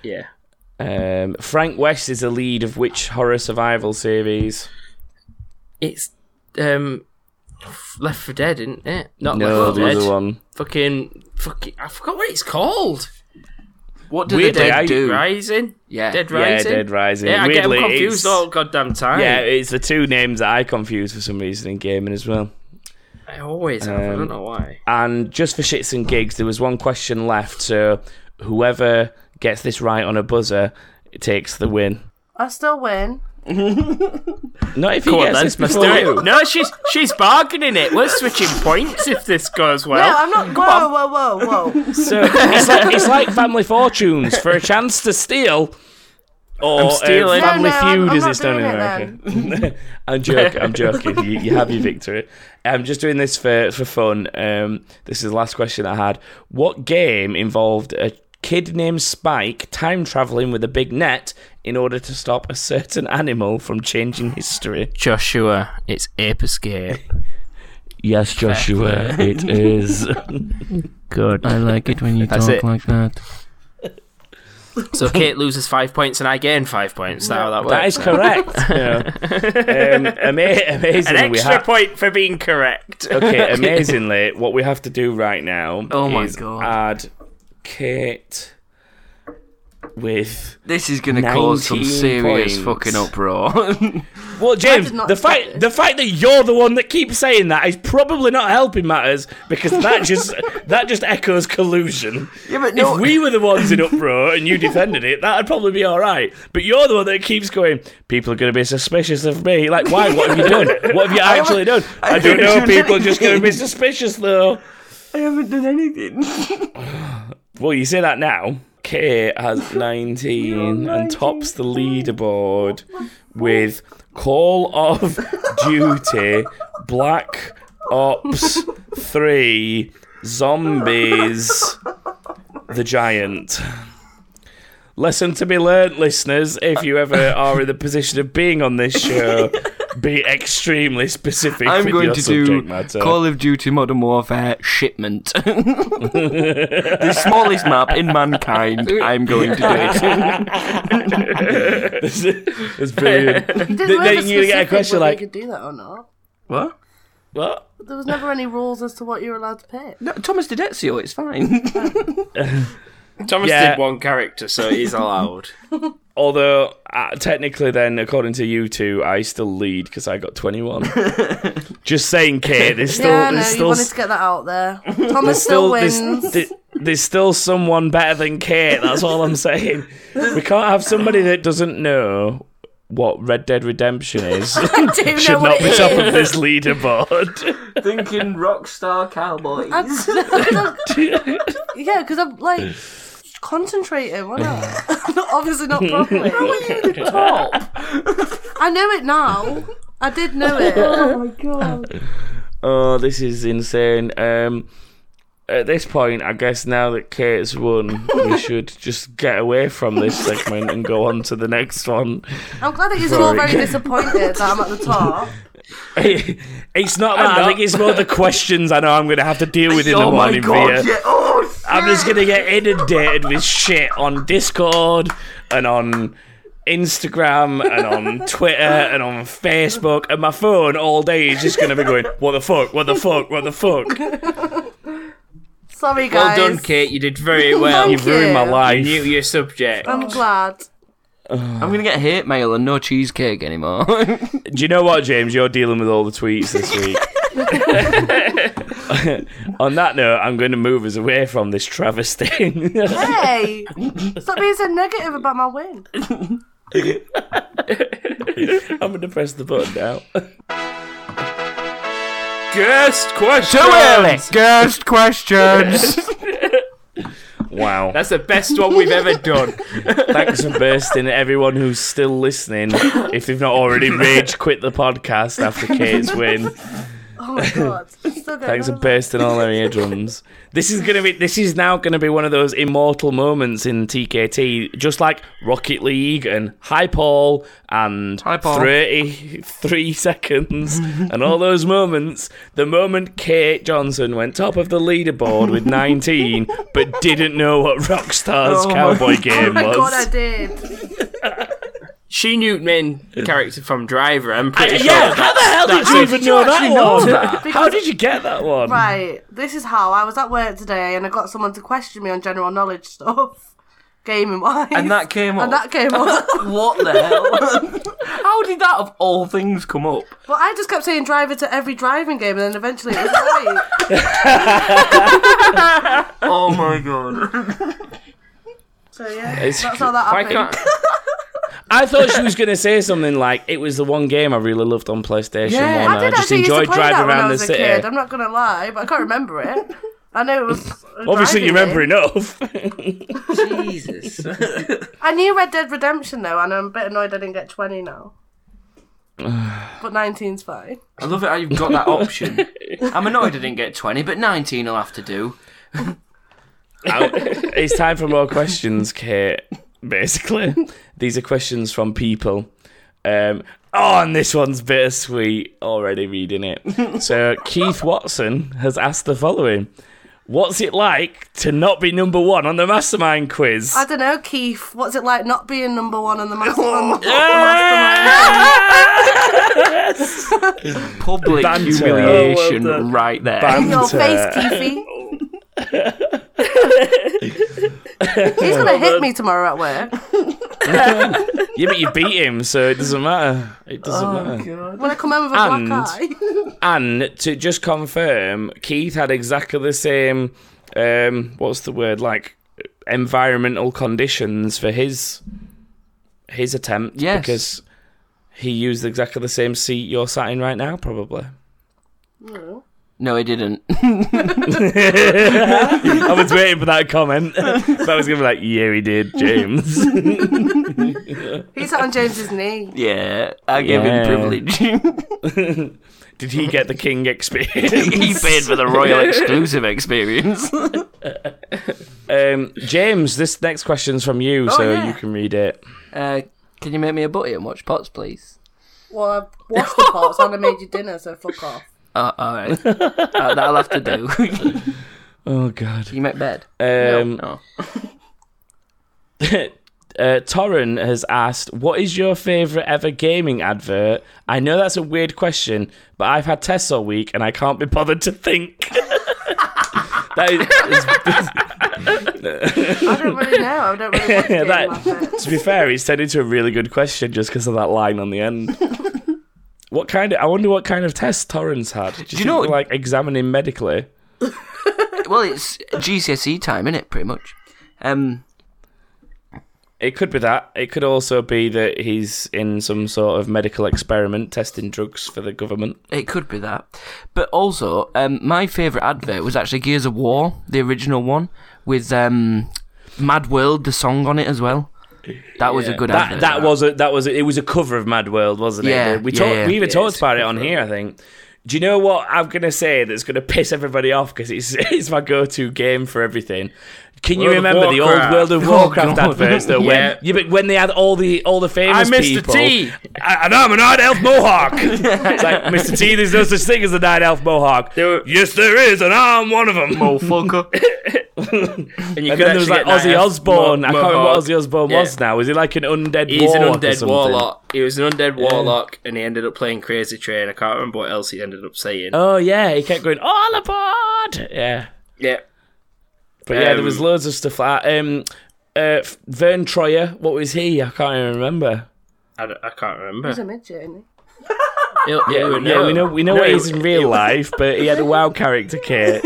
Speaker 2: the yeah.
Speaker 1: um, Frank West is the lead of which horror survival series?
Speaker 2: It's um Left for Dead, isn't it? Not
Speaker 1: No,
Speaker 2: Left
Speaker 1: the
Speaker 2: for Dead.
Speaker 1: other one.
Speaker 2: Fucking fucking. I forgot what it's called.
Speaker 5: what do
Speaker 1: Weirdly,
Speaker 5: the dead
Speaker 1: I-
Speaker 5: do?
Speaker 2: Rising.
Speaker 5: Yeah.
Speaker 2: Dead
Speaker 1: Yeah,
Speaker 2: Rising.
Speaker 1: Dead Rising.
Speaker 2: Yeah, I get 'em
Speaker 1: Weirdly,
Speaker 2: confused
Speaker 1: it's-
Speaker 2: all goddamn time.
Speaker 1: Yeah, it's the two names that I confuse for some reason in gaming as well.
Speaker 2: I always have.
Speaker 1: Um,
Speaker 2: I don't know why.
Speaker 1: And just for shits and gigs, there was one question left. So whoever gets this right on a buzzer takes the win.
Speaker 4: I still win.
Speaker 1: Not if he
Speaker 2: Come on,
Speaker 1: gets
Speaker 2: then.
Speaker 1: this
Speaker 2: Let's
Speaker 1: before
Speaker 2: do
Speaker 1: you.
Speaker 2: it. No, she's she's bargaining it. We're switching points if this goes well.
Speaker 4: No, I'm not. Whoa, whoa, whoa, whoa.
Speaker 1: So it's like, it's like Family Fortunes for a chance to steal. Or uh,
Speaker 2: stealing. No,
Speaker 1: Family
Speaker 4: no, I'm-
Speaker 1: Feud
Speaker 4: I'm
Speaker 1: is
Speaker 4: not
Speaker 1: it's known in
Speaker 4: doing it
Speaker 1: America. I'm joking. I'm joking. You, you have your victory. I'm just doing this for for fun. Um, this is the last question I had. What game involved a kid named Spike time traveling with a big net in order to stop a certain animal from changing history?
Speaker 2: Joshua, it's Ape Escape.
Speaker 1: Yes, Joshua, it is.
Speaker 2: Good.
Speaker 5: I like it when you
Speaker 2: That's
Speaker 5: talk
Speaker 2: it.
Speaker 5: like that.
Speaker 2: So Kate loses five points and I gain five points. Is that how that works?
Speaker 1: That is correct. Yeah. Um, ama- amazing.
Speaker 2: An
Speaker 1: we Uh,
Speaker 2: extra
Speaker 1: have-
Speaker 2: point for being correct.
Speaker 1: Okay, amazingly, what we have to do right now
Speaker 5: Oh my
Speaker 1: is
Speaker 5: God.
Speaker 1: add Kate with
Speaker 5: This is going to cause some
Speaker 1: 19
Speaker 5: serious
Speaker 1: points.
Speaker 5: fucking uproar.
Speaker 1: well, James.
Speaker 4: did not
Speaker 1: The
Speaker 4: expect
Speaker 1: fact
Speaker 4: this.
Speaker 1: the fact that you're the one that keeps saying that is probably not helping matters because that just that just echoes collusion.
Speaker 5: yeah, but
Speaker 1: If we were the ones in uproar and you defended it, that'd probably be all right. But you're the one that keeps going. People are going to be suspicious of me. Like, why? What have you done? What have you actually done? I, don't
Speaker 5: haven't
Speaker 1: know.
Speaker 5: done
Speaker 1: People are just going to be
Speaker 5: anything.
Speaker 1: suspicious, though.
Speaker 5: I haven't done anything.
Speaker 1: Well, you say that now. Kate has 19 and tops the leaderboard with Call of Duty, Black Ops 3, Zombies, The Giant. Lesson to be learnt, listeners, if you ever are in the position of being on this show, be extremely specific
Speaker 5: I'm
Speaker 1: with
Speaker 5: going
Speaker 1: your
Speaker 5: to do
Speaker 1: subject matter.
Speaker 5: Call of Duty Modern Warfare shipment. the smallest map in mankind. I'm going to do it.
Speaker 1: It's brilliant.
Speaker 4: You
Speaker 1: Then-
Speaker 4: didn't
Speaker 1: then
Speaker 4: really
Speaker 1: you get a
Speaker 4: specific
Speaker 1: question
Speaker 4: whether
Speaker 1: like-
Speaker 4: you could do that or not.
Speaker 5: What?
Speaker 1: What?
Speaker 4: There was never any rules as to what you were allowed to pick.
Speaker 5: No, Thomas did Ezio. It's fine.
Speaker 2: Thomas
Speaker 1: Yeah.
Speaker 2: did one character, so he's allowed.
Speaker 1: Although uh, technically, then according to you two, I still lead because I got twenty-one. Just saying, Kate. There's still,
Speaker 4: yeah, no,
Speaker 1: there's
Speaker 4: you
Speaker 1: still,
Speaker 4: wanted to get that out there. Thomas still,
Speaker 1: still, there's,
Speaker 4: wins.
Speaker 1: there- there's still someone better than Kate. That's all I'm saying. We can't have somebody that doesn't know what Red Dead Redemption is.
Speaker 4: Do you know
Speaker 1: Should
Speaker 4: what
Speaker 1: not
Speaker 4: it
Speaker 1: be
Speaker 4: is?
Speaker 1: top of this leaderboard.
Speaker 5: Thinking rockstar cowboy.
Speaker 4: I don't- yeah, because I'm like, concentrating, wasn't I? Not- Obviously not properly. How were you the top? I know it now. I did know it.
Speaker 1: Oh, this is insane. Um, at this point, I guess now that Kate's won, we should just get away from this segment and go on to the next one.
Speaker 4: I'm glad that you're all
Speaker 1: Sorry.
Speaker 4: very disappointed that I'm at the top.
Speaker 1: it's not that. I think it's more the questions I know I'm going to have to deal with in the
Speaker 2: oh my
Speaker 1: morning, Via.
Speaker 2: god! Yeah. Oh,
Speaker 1: I'm just gonna get inundated with shit on Discord and on Instagram and on Twitter and on Facebook and my phone all day is just gonna be going, What the fuck, what the fuck, what the fuck?
Speaker 4: Sorry,
Speaker 3: Well
Speaker 4: guys.
Speaker 3: done, Kate. You did very well.
Speaker 4: Thank
Speaker 1: You've ruined my
Speaker 4: you.
Speaker 3: I
Speaker 1: life.
Speaker 3: knew your subject.
Speaker 4: I'm glad.
Speaker 5: I'm gonna get hate mail and no cheesecake anymore.
Speaker 1: Do you know what, James? You're dealing with all the tweets this week. on that note, I'm going to move us away from this travesty.
Speaker 4: Hey, stop being so negative about my win.
Speaker 1: I'm going to press the button now.
Speaker 2: Guest question.
Speaker 5: Guest questions.
Speaker 1: Wow.
Speaker 2: That's the best one we've ever done.
Speaker 1: Thanks for bursting everyone who's still listening. If they've not already rage quit the podcast after Kate's win,
Speaker 4: Oh my god. Oh Still going
Speaker 1: thanks for
Speaker 4: on.
Speaker 1: bursting all their eardrums. This is gonna be this is now gonna be one of those immortal moments in TKT, just like Rocket League and Hi Paul and
Speaker 5: Hi, Paul.
Speaker 1: thirty three seconds and all those moments. The moment Kate Johnson went top of the leaderboard with nineteen, but didn't know what Rockstar's
Speaker 5: Oh my-
Speaker 1: cowboy game
Speaker 4: Oh my
Speaker 1: was.
Speaker 4: god, I did.
Speaker 2: She knew the main character from Driver. I'm pretty sure.
Speaker 1: Yeah, how the hell did
Speaker 2: That's
Speaker 1: you
Speaker 2: it.
Speaker 1: even
Speaker 2: Did you
Speaker 1: know that
Speaker 2: actually
Speaker 1: one?
Speaker 2: know that?
Speaker 1: How did you get that one?
Speaker 4: Right, this is how I was at work today and I got someone to question me on general knowledge stuff, gaming wise.
Speaker 5: And that came
Speaker 4: And
Speaker 5: up.
Speaker 4: that came up.
Speaker 5: What the hell? How did that of all things come up?
Speaker 4: Well, I just kept saying driver to every driving game, and then eventually it was right.
Speaker 5: Oh my god.
Speaker 4: so yeah,
Speaker 1: It's-
Speaker 4: that's how that
Speaker 2: Why
Speaker 4: happened.
Speaker 2: can't?
Speaker 1: I thought she was going to say something like, it was the one game I really loved on PlayStation
Speaker 5: Yeah,
Speaker 1: 1 and
Speaker 4: I
Speaker 1: I
Speaker 4: did
Speaker 1: just
Speaker 4: actually used
Speaker 1: enjoyed
Speaker 4: to play that
Speaker 1: driving
Speaker 4: when I
Speaker 1: around the
Speaker 4: was a
Speaker 1: city.
Speaker 4: kid. I'm not gonna lie, but I can't remember it. I know it was. a
Speaker 1: Obviously, you
Speaker 4: driving
Speaker 1: remember
Speaker 4: game.
Speaker 1: enough.
Speaker 5: Jesus.
Speaker 4: I knew Red Dead Redemption though, and I'm a bit annoyed I didn't get 20 now. but 19's fine.
Speaker 5: I love it how you've got that option. I'm annoyed I didn't get 20, but 19 will have to do.
Speaker 1: it's time for more questions, Kate. Basically, these are questions from people. Um, oh, and this one's bittersweet. Already reading it. So Keith Watson has asked the following: What's it like to not be number one on the Mastermind quiz?
Speaker 4: I don't know, Keith. What's it like not being number one on the mastermind?
Speaker 5: Public
Speaker 1: Banter.
Speaker 5: humiliation
Speaker 1: Oh, well done.
Speaker 5: right there.
Speaker 1: Banter.
Speaker 4: In your face,
Speaker 1: Uh,
Speaker 4: Keithy. He's gonna hit me tomorrow at work.
Speaker 1: yeah, but you beat him, so it doesn't matter. It doesn't
Speaker 5: Oh,
Speaker 1: matter.
Speaker 4: When I come home with a
Speaker 1: And-
Speaker 4: black eye.
Speaker 1: And to just confirm, Keith had exactly the same. Um, what's the word like? Environmental conditions for his his attempt.
Speaker 5: Yes.
Speaker 1: Because he used exactly the same seat you're sat in right now, probably.
Speaker 5: No, it didn't.
Speaker 1: I was waiting for that comment. so I was gonna be like, "Yeah, he did, James."
Speaker 4: He sat on James's knee.
Speaker 5: Yeah, I gave
Speaker 1: Yeah.
Speaker 5: him privilege.
Speaker 1: did he get the king experience?
Speaker 5: he paid for the royal exclusive experience.
Speaker 1: Um, James, this next question's from you, so
Speaker 5: Oh, yeah.
Speaker 1: you can read it.
Speaker 5: Uh, can you make me a butty and watch pots, please?
Speaker 4: Well, I washed the pots and I made you dinner, so fuck off.
Speaker 5: Uh, all right, uh, that'll have to do. Can
Speaker 1: Oh God.
Speaker 5: you make bed?
Speaker 1: Um,
Speaker 5: no.
Speaker 1: uh, Torren has asked, "What is your favorite ever gaming advert?" I know that's a weird question, but I've had tests all week and I can't be bothered to think. that is,
Speaker 4: I don't really know. I don't really
Speaker 1: Yeah,
Speaker 4: watch game
Speaker 1: that-
Speaker 4: like that.
Speaker 1: is- to be fair, it's turned into a really good question just because of that line on the end. What kind of? I wonder what kind of test Torrens had. Do you,
Speaker 5: know
Speaker 1: know,
Speaker 5: what-
Speaker 1: like examining medically?
Speaker 5: Well, it's GCSE E time, isn't it? Pretty much. Um,
Speaker 1: It could be that. It could also be that he's in some sort of medical experiment testing drugs for the government.
Speaker 5: it could be that, but also, um, my favourite advert was actually Gears of War, the original one, with um, Mad World, the song on it as well. That was a
Speaker 1: Yeah.
Speaker 5: good
Speaker 1: that,
Speaker 5: advert.
Speaker 1: That was a that was a, it was a cover of Mad World, wasn't it?
Speaker 5: Yeah,
Speaker 1: we
Speaker 5: yeah,
Speaker 1: talked
Speaker 5: yeah.
Speaker 1: we even
Speaker 2: Yeah,
Speaker 1: talked
Speaker 2: it's
Speaker 1: about it on here. I think. Do you know what I'm gonna say that's gonna piss everybody off because it's it's my go-to game for everything. Can you
Speaker 2: World of
Speaker 1: remember the old
Speaker 2: Warcraft. Oh,
Speaker 1: World of Warcraft
Speaker 5: God.
Speaker 1: adverts though?
Speaker 2: Yeah.
Speaker 1: When yeah, but when they had all the all the famous
Speaker 2: I'm Mr.
Speaker 1: people.
Speaker 2: T.
Speaker 1: I, I know I'm a night elf mohawk. it's like Mr. T. There's no such thing as a night elf mohawk.
Speaker 2: There were-
Speaker 1: yes, there is, and I'm one of them.
Speaker 2: Motherfucker. and you
Speaker 1: And
Speaker 2: could
Speaker 1: then there was
Speaker 2: actually
Speaker 1: like Ozzy
Speaker 2: get Night Elf
Speaker 1: Osbourne. I can't remember what
Speaker 2: Mohawk.
Speaker 1: Ozzy Osbourne
Speaker 2: Yeah.
Speaker 1: was now. Was he like an undead
Speaker 2: He's an
Speaker 1: warlock or
Speaker 2: undead
Speaker 1: something?
Speaker 2: warlock. He was an undead warlock, and he ended up playing Crazy Train. I can't remember what else he ended up saying.
Speaker 1: Oh yeah, he kept going all aboard. Yeah,
Speaker 2: Yeah,
Speaker 1: but yeah, there was
Speaker 2: Um,
Speaker 1: loads of stuff. Like, um, uh, F- Vern Troyer, what was he? I can't even remember.
Speaker 2: I, don't- I can't remember.
Speaker 4: He's a midget, isn't he?
Speaker 2: He'll-
Speaker 1: Yeah,
Speaker 2: he'll
Speaker 1: yeah, we know we know
Speaker 2: No,
Speaker 1: what he
Speaker 2: it-
Speaker 1: is in real life, but he had a WoW character kit.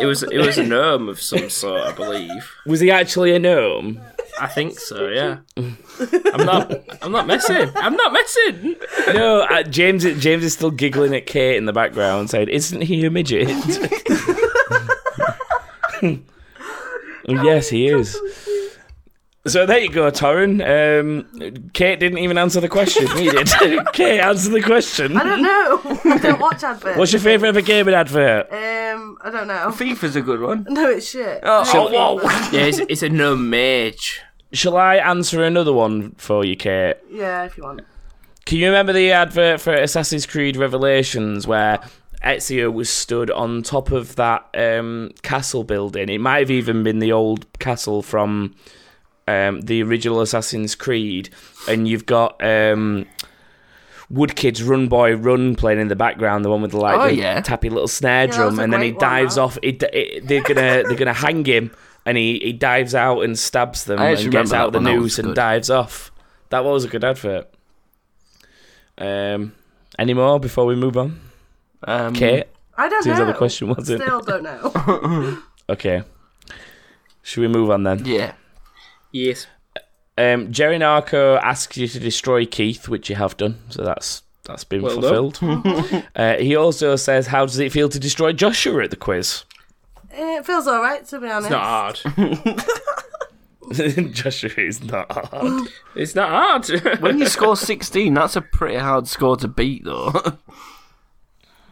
Speaker 2: It was it was a gnome of some sort, I believe.
Speaker 1: Was he actually a gnome?
Speaker 2: I think so. Yeah. I'm not. I'm not messing. I'm not messing.
Speaker 1: No, uh, James is- James is still giggling at Kate in the background, saying, "Isn't he a midget?" Oh, yes, he is. So there you go, Torren. Um, Kate didn't even answer the question. We did. Kate, answer the question.
Speaker 4: I don't know. I don't watch adverts.
Speaker 1: What's your favourite ever gaming advert?
Speaker 4: um, I don't know.
Speaker 5: FIFA's a good one.
Speaker 4: No, it's shit.
Speaker 5: Oh,
Speaker 4: I hate
Speaker 1: oh, whoa.
Speaker 4: FIFA.
Speaker 2: Yeah, it's, it's a gnome mage.
Speaker 1: Shall I answer another one for you, Kate?
Speaker 4: Yeah, if you want.
Speaker 1: Can you remember the advert for Assassin's Creed Revelations where Ezio was stood on top of that um, castle building? It might have even been the old castle from um, the original Assassin's Creed, and you've got um, Woodkid's Run Boy Run playing in the background, the one with the like
Speaker 5: Oh,
Speaker 1: the
Speaker 5: yeah.
Speaker 1: tappy little snare
Speaker 4: that
Speaker 1: drum,
Speaker 4: was a
Speaker 1: and then he
Speaker 4: great one,
Speaker 1: dives
Speaker 4: that.
Speaker 1: off. It, it, they're gonna they're gonna hang him, and he, he dives out and stabs them
Speaker 5: I
Speaker 1: and
Speaker 5: actually
Speaker 1: gets
Speaker 5: remember
Speaker 1: out the
Speaker 5: that one, that was
Speaker 1: noose and
Speaker 5: good.
Speaker 1: dives off. That was a good advert. Um, any more before we move on?
Speaker 5: Um,
Speaker 1: Kate,
Speaker 4: I don't
Speaker 1: seems
Speaker 4: know.
Speaker 1: like the question wasn't.
Speaker 4: Still don't know.
Speaker 1: Okay. Should we move on then?
Speaker 5: Yeah.
Speaker 2: Yes.
Speaker 1: Um, Jerry Narco asks you to destroy Keith, which you have done, so that's that's been
Speaker 2: Well done.
Speaker 1: fulfilled. uh, he also says, "How does it feel to destroy Joshua at the quiz?"
Speaker 4: Eh, It feels alright, to be honest.
Speaker 2: It's not hard.
Speaker 1: Joshua is not hard.
Speaker 2: It's not hard.
Speaker 5: When you score 16, that's a pretty hard score to beat, though.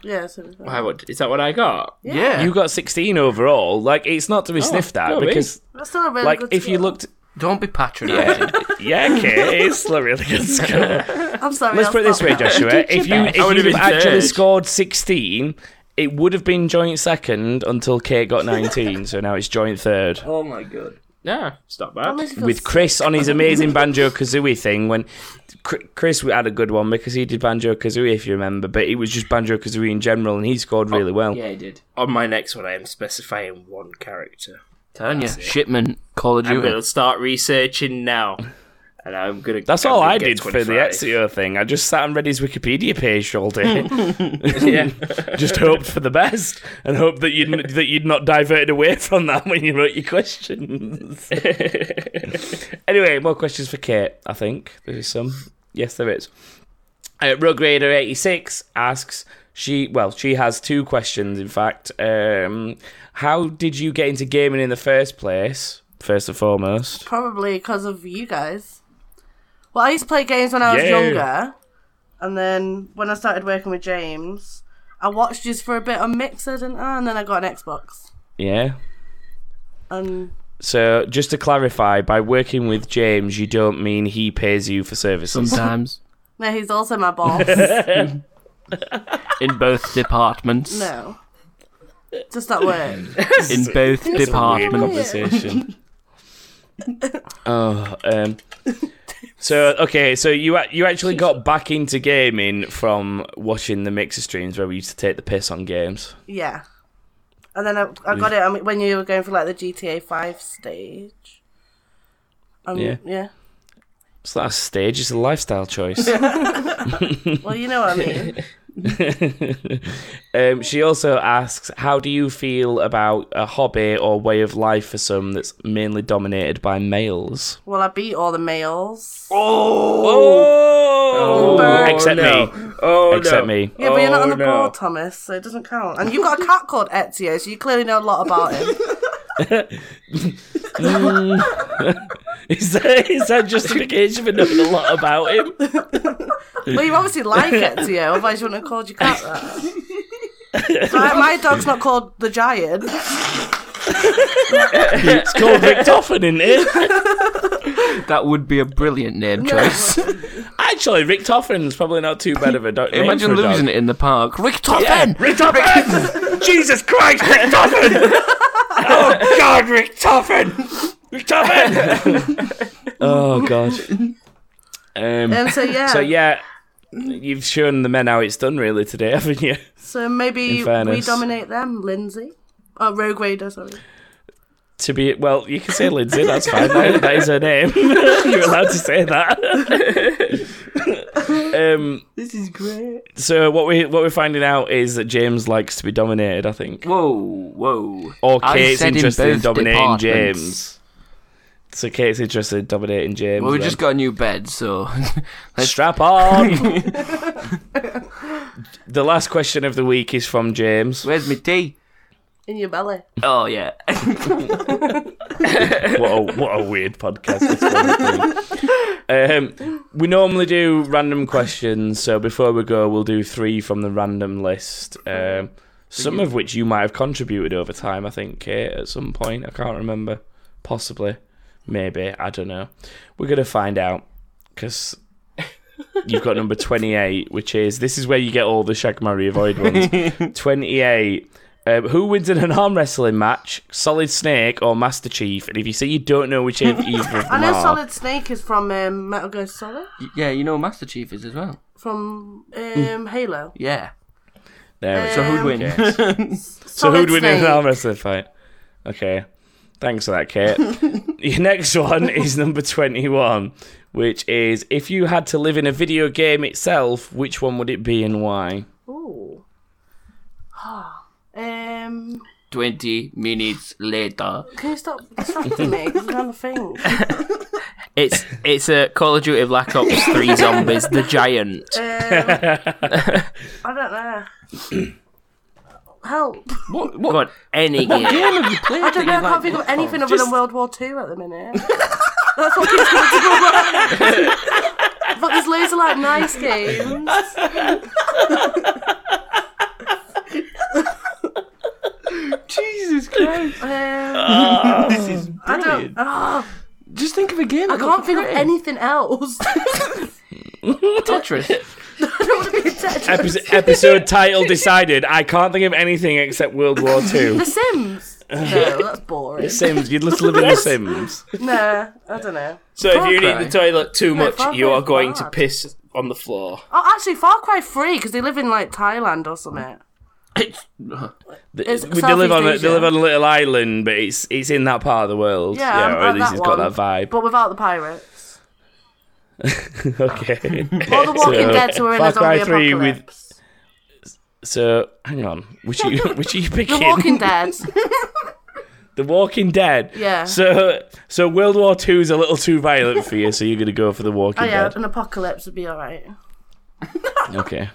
Speaker 4: Yeah, so it's fine.
Speaker 2: Why, what, is that what I got?
Speaker 5: yeah.
Speaker 1: You got 16 overall. Like it's not
Speaker 5: Oh,
Speaker 1: to be sniffed at
Speaker 2: no, really?
Speaker 1: because,
Speaker 4: That's still a really
Speaker 1: like,
Speaker 4: good
Speaker 1: if you
Speaker 4: score.
Speaker 1: looked,
Speaker 5: Don't be patronising.
Speaker 1: yeah, Kate, it's a really good score.
Speaker 4: I'm sorry.
Speaker 1: Let's
Speaker 4: I'll
Speaker 1: put it this
Speaker 4: stop
Speaker 1: way,
Speaker 4: now.
Speaker 1: Joshua. if you if
Speaker 2: I would've
Speaker 1: you'd have
Speaker 2: been
Speaker 1: actually
Speaker 2: third.
Speaker 1: scored sixteen, it would have been joint second until Kate got nineteen. so now it's joint third.
Speaker 5: oh my god.
Speaker 2: Yeah, it's not
Speaker 4: At
Speaker 2: bad.
Speaker 4: least it feels-
Speaker 1: With Chris on his amazing banjo kazooie thing, when Chr- Chris had a good one because he did banjo kazooie, if you remember, but it was just banjo kazooie in general, and he scored really well.
Speaker 5: Yeah, he did.
Speaker 2: On my next one, I am specifying one character.
Speaker 5: Telling you, shipment, Call of
Speaker 2: I'm
Speaker 5: Duty.
Speaker 2: going to start researching now. And I'm going to.
Speaker 1: That's all I did for the Ezio thing. I just sat and read his Wikipedia page all day.
Speaker 2: yeah.
Speaker 1: just hoped for the best and hoped that you'd that you'd not diverted away from that when you wrote your questions. anyway, more questions for Kate. I think there is some. Yes, there is. Uh, Rugrader eighty six asks. She well, she has two questions. In fact, um, how did you get into gaming in the first place? First and foremost,
Speaker 4: Probably because of you guys. Well, I used to play games when I was
Speaker 1: Yeah.
Speaker 4: younger, and then when I started working with James, I watched you for a bit on Mixer, didn't I? And then I got an Xbox.
Speaker 1: yeah.
Speaker 4: And
Speaker 1: So, just to clarify, by working with James, you don't mean he pays you for services.
Speaker 5: Sometimes.
Speaker 4: no, he's also my boss.
Speaker 5: In both departments.
Speaker 4: no, just at work.
Speaker 5: In both departments.
Speaker 1: conversation. oh, um, so okay, so you a- you actually got back into gaming from watching the mixer streams where we used to take the piss on games.
Speaker 4: Yeah. And then I, I got it I mean, when you were going for like the GTA Five stage. Um,
Speaker 1: Yeah.
Speaker 4: yeah.
Speaker 1: It's not a stage; it's a lifestyle choice.
Speaker 4: Well, you know what I mean.
Speaker 1: um, she also asks, "How do you feel about a hobby or way of life for some that's mainly dominated by males?"
Speaker 4: well, I beat all the males.
Speaker 1: Oh, except
Speaker 2: no.
Speaker 1: me,
Speaker 2: Oh,
Speaker 1: except
Speaker 2: no.
Speaker 1: me.
Speaker 4: Yeah, but you're not on the
Speaker 2: no.
Speaker 4: board, Thomas, so it doesn't count. And you've got a cat called Ezio, so you clearly know a lot about him.
Speaker 1: Is that, is that justification for knowing a lot about him?
Speaker 4: Well, you obviously like it, Tio. Otherwise, you wouldn't have called your cat that. my, my dog's not called the giant.
Speaker 1: It's called Richtofen, isn't it?
Speaker 5: That would be a brilliant name
Speaker 4: No.
Speaker 5: choice.
Speaker 1: Actually, Richtofen's probably not too bad of a dog.
Speaker 5: Imagine losing it in the park. Richtofen!
Speaker 1: Richtofen! Jesus Christ, Richtofen! oh God, Richtofen! Richtofen! oh God. Um,
Speaker 4: And so yeah,
Speaker 1: so yeah, you've shown the men how it's done really today, haven't you?
Speaker 4: so
Speaker 1: In
Speaker 4: maybe we
Speaker 1: fairness.
Speaker 4: dominate them, Lindsay. Oh, Rogue Raider, sorry.
Speaker 1: To be well, you can say Lindsay. That's fine. That- that is her name. You're allowed to say that. um, this is great. So what we what we're finding out is that James likes to be dominated. I think.
Speaker 5: Whoa, whoa.
Speaker 1: Or
Speaker 5: I
Speaker 1: Kate's
Speaker 5: said in
Speaker 1: interested in
Speaker 5: both
Speaker 1: dominating
Speaker 5: departments.
Speaker 1: James. So Kate's interested in dominating James.
Speaker 5: Well, we
Speaker 1: then.
Speaker 5: just got a new bed, so.
Speaker 1: strap on. the last question of the week is from James.
Speaker 5: Where's my tea?
Speaker 4: In your belly.
Speaker 5: Oh, yeah.
Speaker 1: what a what a weird podcast. This one is. um, we normally do random questions, so before we go, we'll do three from the random list. Um, some of which you might have contributed over time, I think, Kate, at some point. I can't remember. Possibly, maybe. I don't know. We're gonna find out because. You've got number 28, which is this is where you get all the Shag Marry Avoid ones. 28 um, who wins in an arm wrestling match? Solid Snake or Master Chief? And if you say you don't know which either of them
Speaker 4: I know
Speaker 1: are,
Speaker 4: Solid Snake is from um, Metal Gear Solid,
Speaker 5: yeah, you know Master Chief is as well.
Speaker 4: from um, Halo.
Speaker 5: Yeah.
Speaker 1: there we
Speaker 5: So who'd
Speaker 4: Um,
Speaker 5: win?
Speaker 1: So
Speaker 4: Solid
Speaker 1: who'd win in an
Speaker 4: Snake.
Speaker 1: arm wrestling fight? Okay. Thanks for that, Kate. Your next one is number 21, which is if you had to live in a video game itself, which one would it be and why?
Speaker 4: Ooh. Ah, um,
Speaker 5: 20 minutes later.
Speaker 4: can you stop distracting me? 'Cause I'm trying to think.
Speaker 2: It's it's a Call of Duty Black Ops Three Zombies, the giant.
Speaker 5: Uh,
Speaker 4: Um, I don't know. Help.
Speaker 5: What,
Speaker 2: Go
Speaker 5: what
Speaker 2: on, any game.
Speaker 5: game have you played?
Speaker 4: I don't know. I can't think of anything other than World War Two at the minute. That's what keeps coming to my mind. But there's loads of like nice games.
Speaker 5: Jesus Christ.
Speaker 4: Um,
Speaker 1: Ah.
Speaker 5: this is
Speaker 4: I don't.
Speaker 5: brilliant.
Speaker 4: ah,
Speaker 5: Just think of a game.
Speaker 4: I can't think of anything else.
Speaker 5: Tetris.
Speaker 4: I don't want to be Tetris.
Speaker 1: Epis episode title decided. I can't think of anything except World War II.
Speaker 4: The Sims. No, that's boring.
Speaker 1: Sims. You'd just live in The Sims.
Speaker 4: Nah, I don't know.
Speaker 3: So if you
Speaker 5: Far
Speaker 3: need the toilet too much,
Speaker 4: Far
Speaker 3: you
Speaker 4: Cry's
Speaker 3: are going to
Speaker 4: bad.
Speaker 3: piss on the floor.
Speaker 4: Oh, actually, Far Cry 3, because they live in like Thailand or something.
Speaker 1: Th-
Speaker 4: It's
Speaker 1: we- they live on a,
Speaker 4: Southeast
Speaker 1: they live
Speaker 4: Asia.
Speaker 1: on a little island, but it's it's in that part of the world.
Speaker 4: Yeah, I'm-
Speaker 1: or at
Speaker 4: I'm
Speaker 1: least
Speaker 4: that
Speaker 1: it's got
Speaker 4: one.
Speaker 1: that vibe.
Speaker 4: But without the pirates.
Speaker 1: okay.
Speaker 4: Or The Walking
Speaker 1: So,
Speaker 4: Dead, so we're in
Speaker 1: Far
Speaker 4: a
Speaker 1: Cry
Speaker 4: zombie
Speaker 1: 3 with-
Speaker 4: apocalypse.
Speaker 1: So hang on, which are you which are you
Speaker 4: The
Speaker 1: picking?
Speaker 4: Walking Dead.
Speaker 1: The Walking Dead.
Speaker 4: Yeah.
Speaker 1: So so World War Two is a little too violent for you, so you're gonna go for The Walking
Speaker 4: Oh yeah,
Speaker 1: Dead.
Speaker 4: an apocalypse would be alright.
Speaker 1: Okay.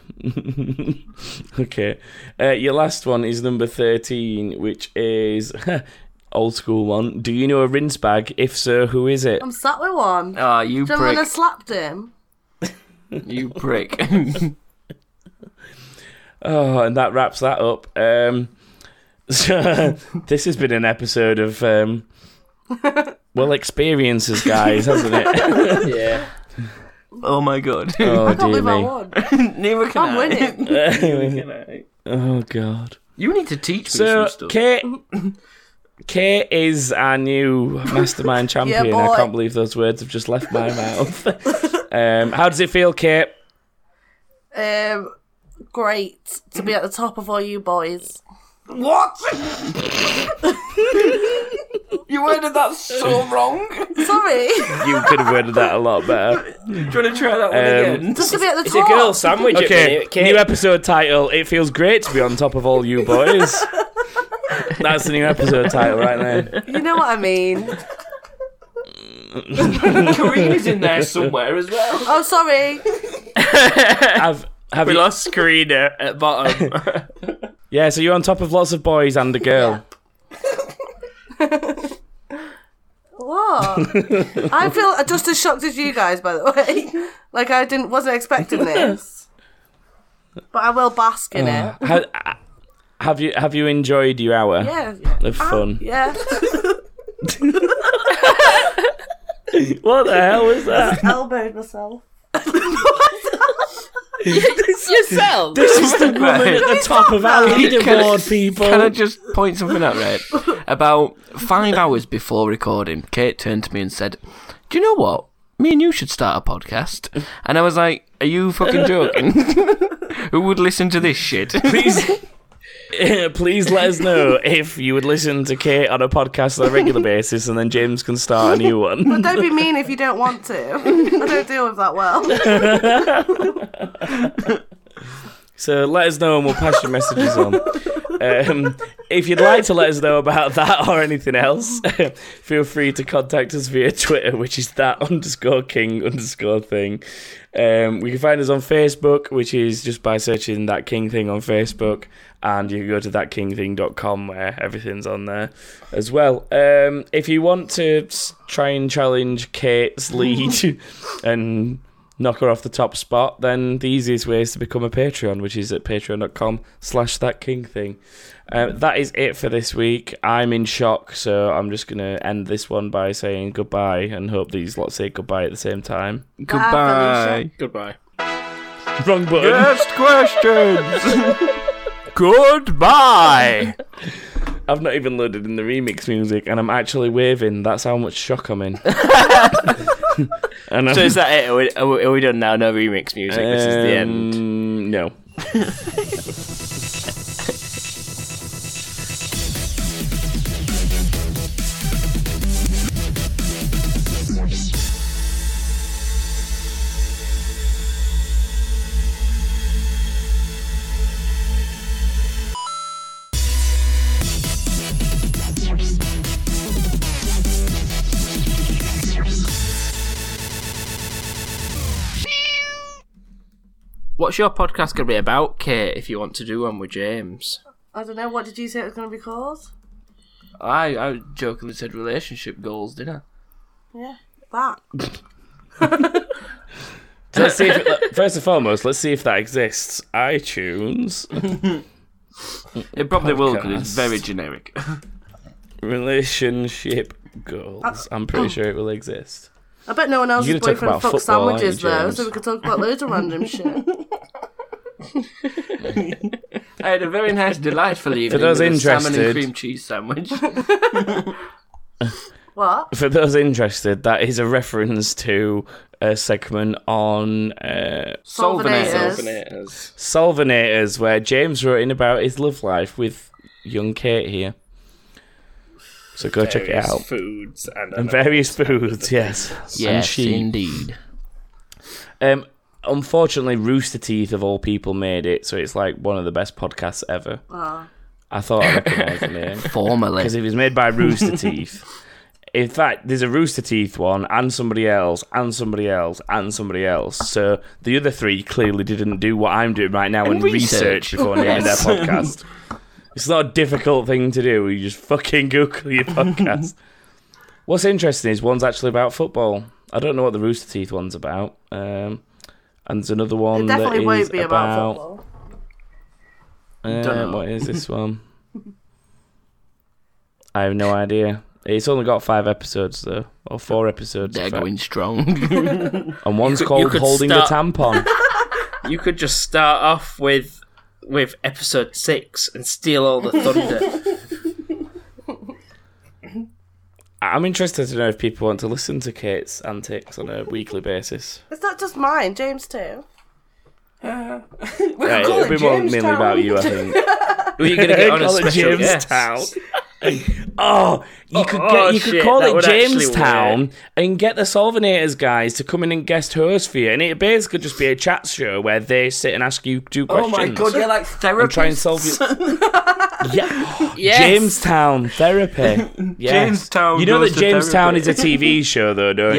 Speaker 1: okay. Uh, your last one is number thirteen, which is. Old school one. Do you know a rinse bag? If so, who is it?
Speaker 4: I'm sat with
Speaker 1: Oh,
Speaker 4: one. Do
Speaker 5: Ah, you
Speaker 4: you remember when I
Speaker 5: prick.
Speaker 4: slapped him?
Speaker 5: You prick.
Speaker 1: Oh, and that wraps that up. Um, so this has been an episode of um, well experiences, guys, hasn't it?
Speaker 5: oh my god.
Speaker 1: Oh
Speaker 4: Can't
Speaker 1: dear
Speaker 4: believe I
Speaker 1: me!
Speaker 4: won.
Speaker 5: Neither can
Speaker 4: I'm
Speaker 5: I.
Speaker 4: winning.
Speaker 1: oh god!
Speaker 5: You need to teach me
Speaker 1: So
Speaker 5: some stuff.
Speaker 1: Kate, Kate is our new mastermind champion. I
Speaker 4: boy.
Speaker 1: can't believe those words have just left my mouth. um, how does it feel, Kate?
Speaker 4: Um, great to be at the top of all you boys.
Speaker 5: you worded that so wrong.
Speaker 4: Sorry,
Speaker 1: You could have worded that a lot better.
Speaker 5: Do you want to try that one
Speaker 1: Um,
Speaker 5: again?
Speaker 4: just to be at the
Speaker 3: It's a
Speaker 4: top.
Speaker 3: girl sandwich. at
Speaker 1: Okay,
Speaker 3: minute, Kate.
Speaker 1: new episode title. It feels great to be on top of all you boys. That's the new episode title right there.
Speaker 4: You know what I mean?
Speaker 5: Kareen is in there somewhere as well.
Speaker 4: Oh, sorry.
Speaker 1: have have
Speaker 3: We
Speaker 1: you,
Speaker 3: lost Karina at bottom.
Speaker 1: yeah so you're on top of lots of boys and a girl
Speaker 4: thought. I feel just as shocked as you guys, by the way. Like I didn't wasn't expecting this, but I will bask in it.
Speaker 1: How, uh, have you have you enjoyed your hour
Speaker 4: Yeah, yeah.
Speaker 1: of fun?
Speaker 4: yeah.
Speaker 1: What the hell was that?
Speaker 4: Elbowed myself.
Speaker 6: yourself.
Speaker 1: this is the woman at the top of our leaderboard, people.
Speaker 5: Can I just point something out, right? About five hours before recording, Kate turned to me and said, Do you know what? Me and you should start a podcast. And I was like, Are you fucking joking? Who would listen to this shit?
Speaker 1: please please let us know if you would listen to Kate on a podcast on a regular basis and then James can start a new one.
Speaker 4: Don't be mean if you don't want to. I don't deal with that well.
Speaker 1: So let us know and we'll pass your messages on. Um, if you'd like to let us know about that or anything else, feel free to contact us via Twitter, which is that underscore king underscore thing. Um, we can find us on Facebook, which is just by searching that king thing on Facebook. And you can go to thatkingthing.com where everything's on there as well. Um, if you want to s- try and challenge Kate's lead and knock her off the top spot, then the easiest way is to become a Patreon, which is at patreon.com slash that king thing. Uh, that is it for this week. I'm in shock, so I'm just going to end this one by saying goodbye and hope these lot say goodbye at the same time.
Speaker 5: Goodbye.
Speaker 2: Goodbye.
Speaker 1: Wrong button.
Speaker 5: Best questions.
Speaker 2: Goodbye.
Speaker 1: I've not even loaded in the remix music, and I'm actually waving. That's how much shock I'm in. and I'm,
Speaker 2: so is that it? Are we, are we- are we done now? No remix music. this is the end.
Speaker 1: Um, No.
Speaker 2: What's your podcast going to be about, Kate? If you want to do one with James,
Speaker 4: I don't know. What did you say it was going to be called?
Speaker 5: I, I jokingly said relationship goals, didn't I?
Speaker 4: Yeah, that.
Speaker 1: So let's see if it, first and foremost, let's see if that exists. iTunes
Speaker 5: It probably will
Speaker 1: 'cause it's very
Speaker 5: generic.
Speaker 1: relationship goals. I'm pretty sure it will exist.
Speaker 4: I bet no one else's
Speaker 1: You're gonna talk
Speaker 4: boyfriend
Speaker 1: about
Speaker 4: fucks
Speaker 1: football, aren't you,
Speaker 4: sandwiches though,
Speaker 1: James?
Speaker 4: so we could talk about loads of random shit.
Speaker 5: I had a very nice, delightful evening
Speaker 1: those
Speaker 5: with a salmon
Speaker 1: interested-
Speaker 5: and cream cheese sandwich.
Speaker 4: What?
Speaker 1: For those interested, that is a reference to a segment on uh,
Speaker 4: Solvenators.
Speaker 2: Solvenators.
Speaker 1: Solvenators, where James wrote in about his love life with young Kate here. So go check it
Speaker 3: Various
Speaker 1: out.
Speaker 3: Foods and,
Speaker 2: uh,
Speaker 1: And various foods, yes. and
Speaker 5: yes,
Speaker 1: sheep.
Speaker 5: indeed.
Speaker 1: Um, unfortunately, Rooster Teeth of all people made it, so it's like one of the best podcasts ever. I thought I recognised the name
Speaker 5: Formerly.
Speaker 1: because it was made by Rooster Teeth. In fact, there's a Rooster Teeth one, and somebody else, and somebody else, and somebody else. So the other three clearly didn't do what I'm doing right now and, research.
Speaker 5: research.
Speaker 1: before naming their podcast. It's not a difficult thing to do. You just fucking Google your podcast. What's interesting is one's actually about football. I don't know what the Rooster Teeth one's about. Um, and there's another one
Speaker 4: It
Speaker 1: that
Speaker 4: definitely
Speaker 1: is
Speaker 4: won't be about,
Speaker 1: about
Speaker 4: football.
Speaker 1: uh, what is this one? I have no idea. It's only got five episodes though, or four episodes. in
Speaker 5: They're
Speaker 1: fact.
Speaker 5: going strong.
Speaker 1: And one's
Speaker 2: You could- you
Speaker 1: called
Speaker 2: could
Speaker 1: "Holding
Speaker 2: start-
Speaker 1: the Tampon."
Speaker 2: You could just start off with with episode six and steal all the thunder.
Speaker 1: I'm interested to know if people want to listen to Kate's antics on a weekly basis.
Speaker 4: It's not just mine, James too.
Speaker 1: Yeah, it'll be more mainly about you, uh, I think.
Speaker 2: Were you going to get on a
Speaker 1: Call it
Speaker 2: special guest?
Speaker 1: Jamestown. Oh, you could
Speaker 2: Oh,
Speaker 1: get you could
Speaker 2: shit,
Speaker 1: call
Speaker 2: that
Speaker 1: it
Speaker 2: would actually
Speaker 1: Jamestown and get the Solvenators guys to come in and guest host for you, and it basically just be a chat show where they sit and ask you two questions.
Speaker 5: Oh you're like
Speaker 1: and
Speaker 5: therapy.
Speaker 1: try and solve your. yeah,
Speaker 6: Yes.
Speaker 1: Jamestown therapy. Yes.
Speaker 5: Jamestown
Speaker 1: You know
Speaker 5: goes
Speaker 1: that
Speaker 5: to
Speaker 1: Jamestown
Speaker 5: therapy.
Speaker 1: is a TV show, though, don't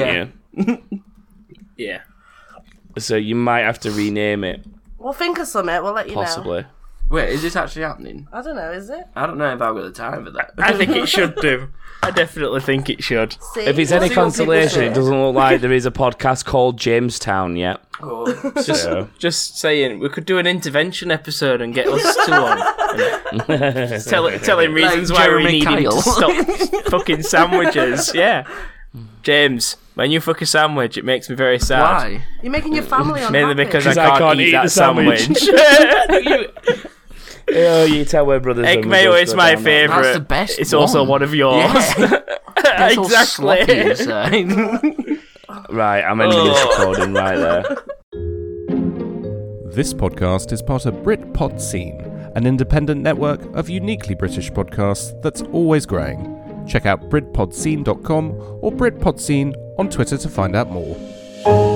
Speaker 5: Yeah.
Speaker 2: Yeah.
Speaker 1: you? So you might have to rename it,
Speaker 4: We'll think of something. We'll let you know.
Speaker 1: possibly.
Speaker 5: Wait, is this actually happening?
Speaker 4: I don't know, is it?
Speaker 5: I don't know if I've got the time for that.
Speaker 2: I think it should do. I definitely think it should.
Speaker 4: See?
Speaker 1: If it's
Speaker 4: We'll
Speaker 1: any
Speaker 4: see what people
Speaker 1: consolation,
Speaker 4: say.
Speaker 1: it doesn't look like there is a podcast called Jamestown yet.
Speaker 5: Oh.
Speaker 1: So,
Speaker 2: Just saying, we could do an intervention episode and get us two on. and tell, tell him reasons
Speaker 5: Like
Speaker 2: why we
Speaker 5: Jeremy
Speaker 2: need him
Speaker 5: Kyle.
Speaker 2: to stop fucking sandwiches. Yeah. James, when you fuck a sandwich, it makes me very sad.
Speaker 5: Why?
Speaker 4: You're making your family unhappy.
Speaker 2: Mainly because I
Speaker 1: 'Cause
Speaker 2: can't, eat,
Speaker 1: the
Speaker 2: that sandwich.
Speaker 1: sandwich. oh, you tell we're brothers.
Speaker 2: Egg
Speaker 1: and
Speaker 2: mayo
Speaker 1: we'll
Speaker 2: is
Speaker 1: go
Speaker 2: my
Speaker 1: down that.
Speaker 2: favourite.
Speaker 5: That's the best
Speaker 2: It's also
Speaker 5: one.
Speaker 2: one of yours.
Speaker 5: Yeah. That's all sloppy
Speaker 2: exactly.
Speaker 5: inside.
Speaker 1: Right, I'm ending this
Speaker 5: Oh.
Speaker 1: recording right there.
Speaker 7: This podcast is part of Britpod Scene, an independent network of uniquely British podcasts that's always growing. Check out BritpodScene.com or BritpodScene on Twitter to find out more.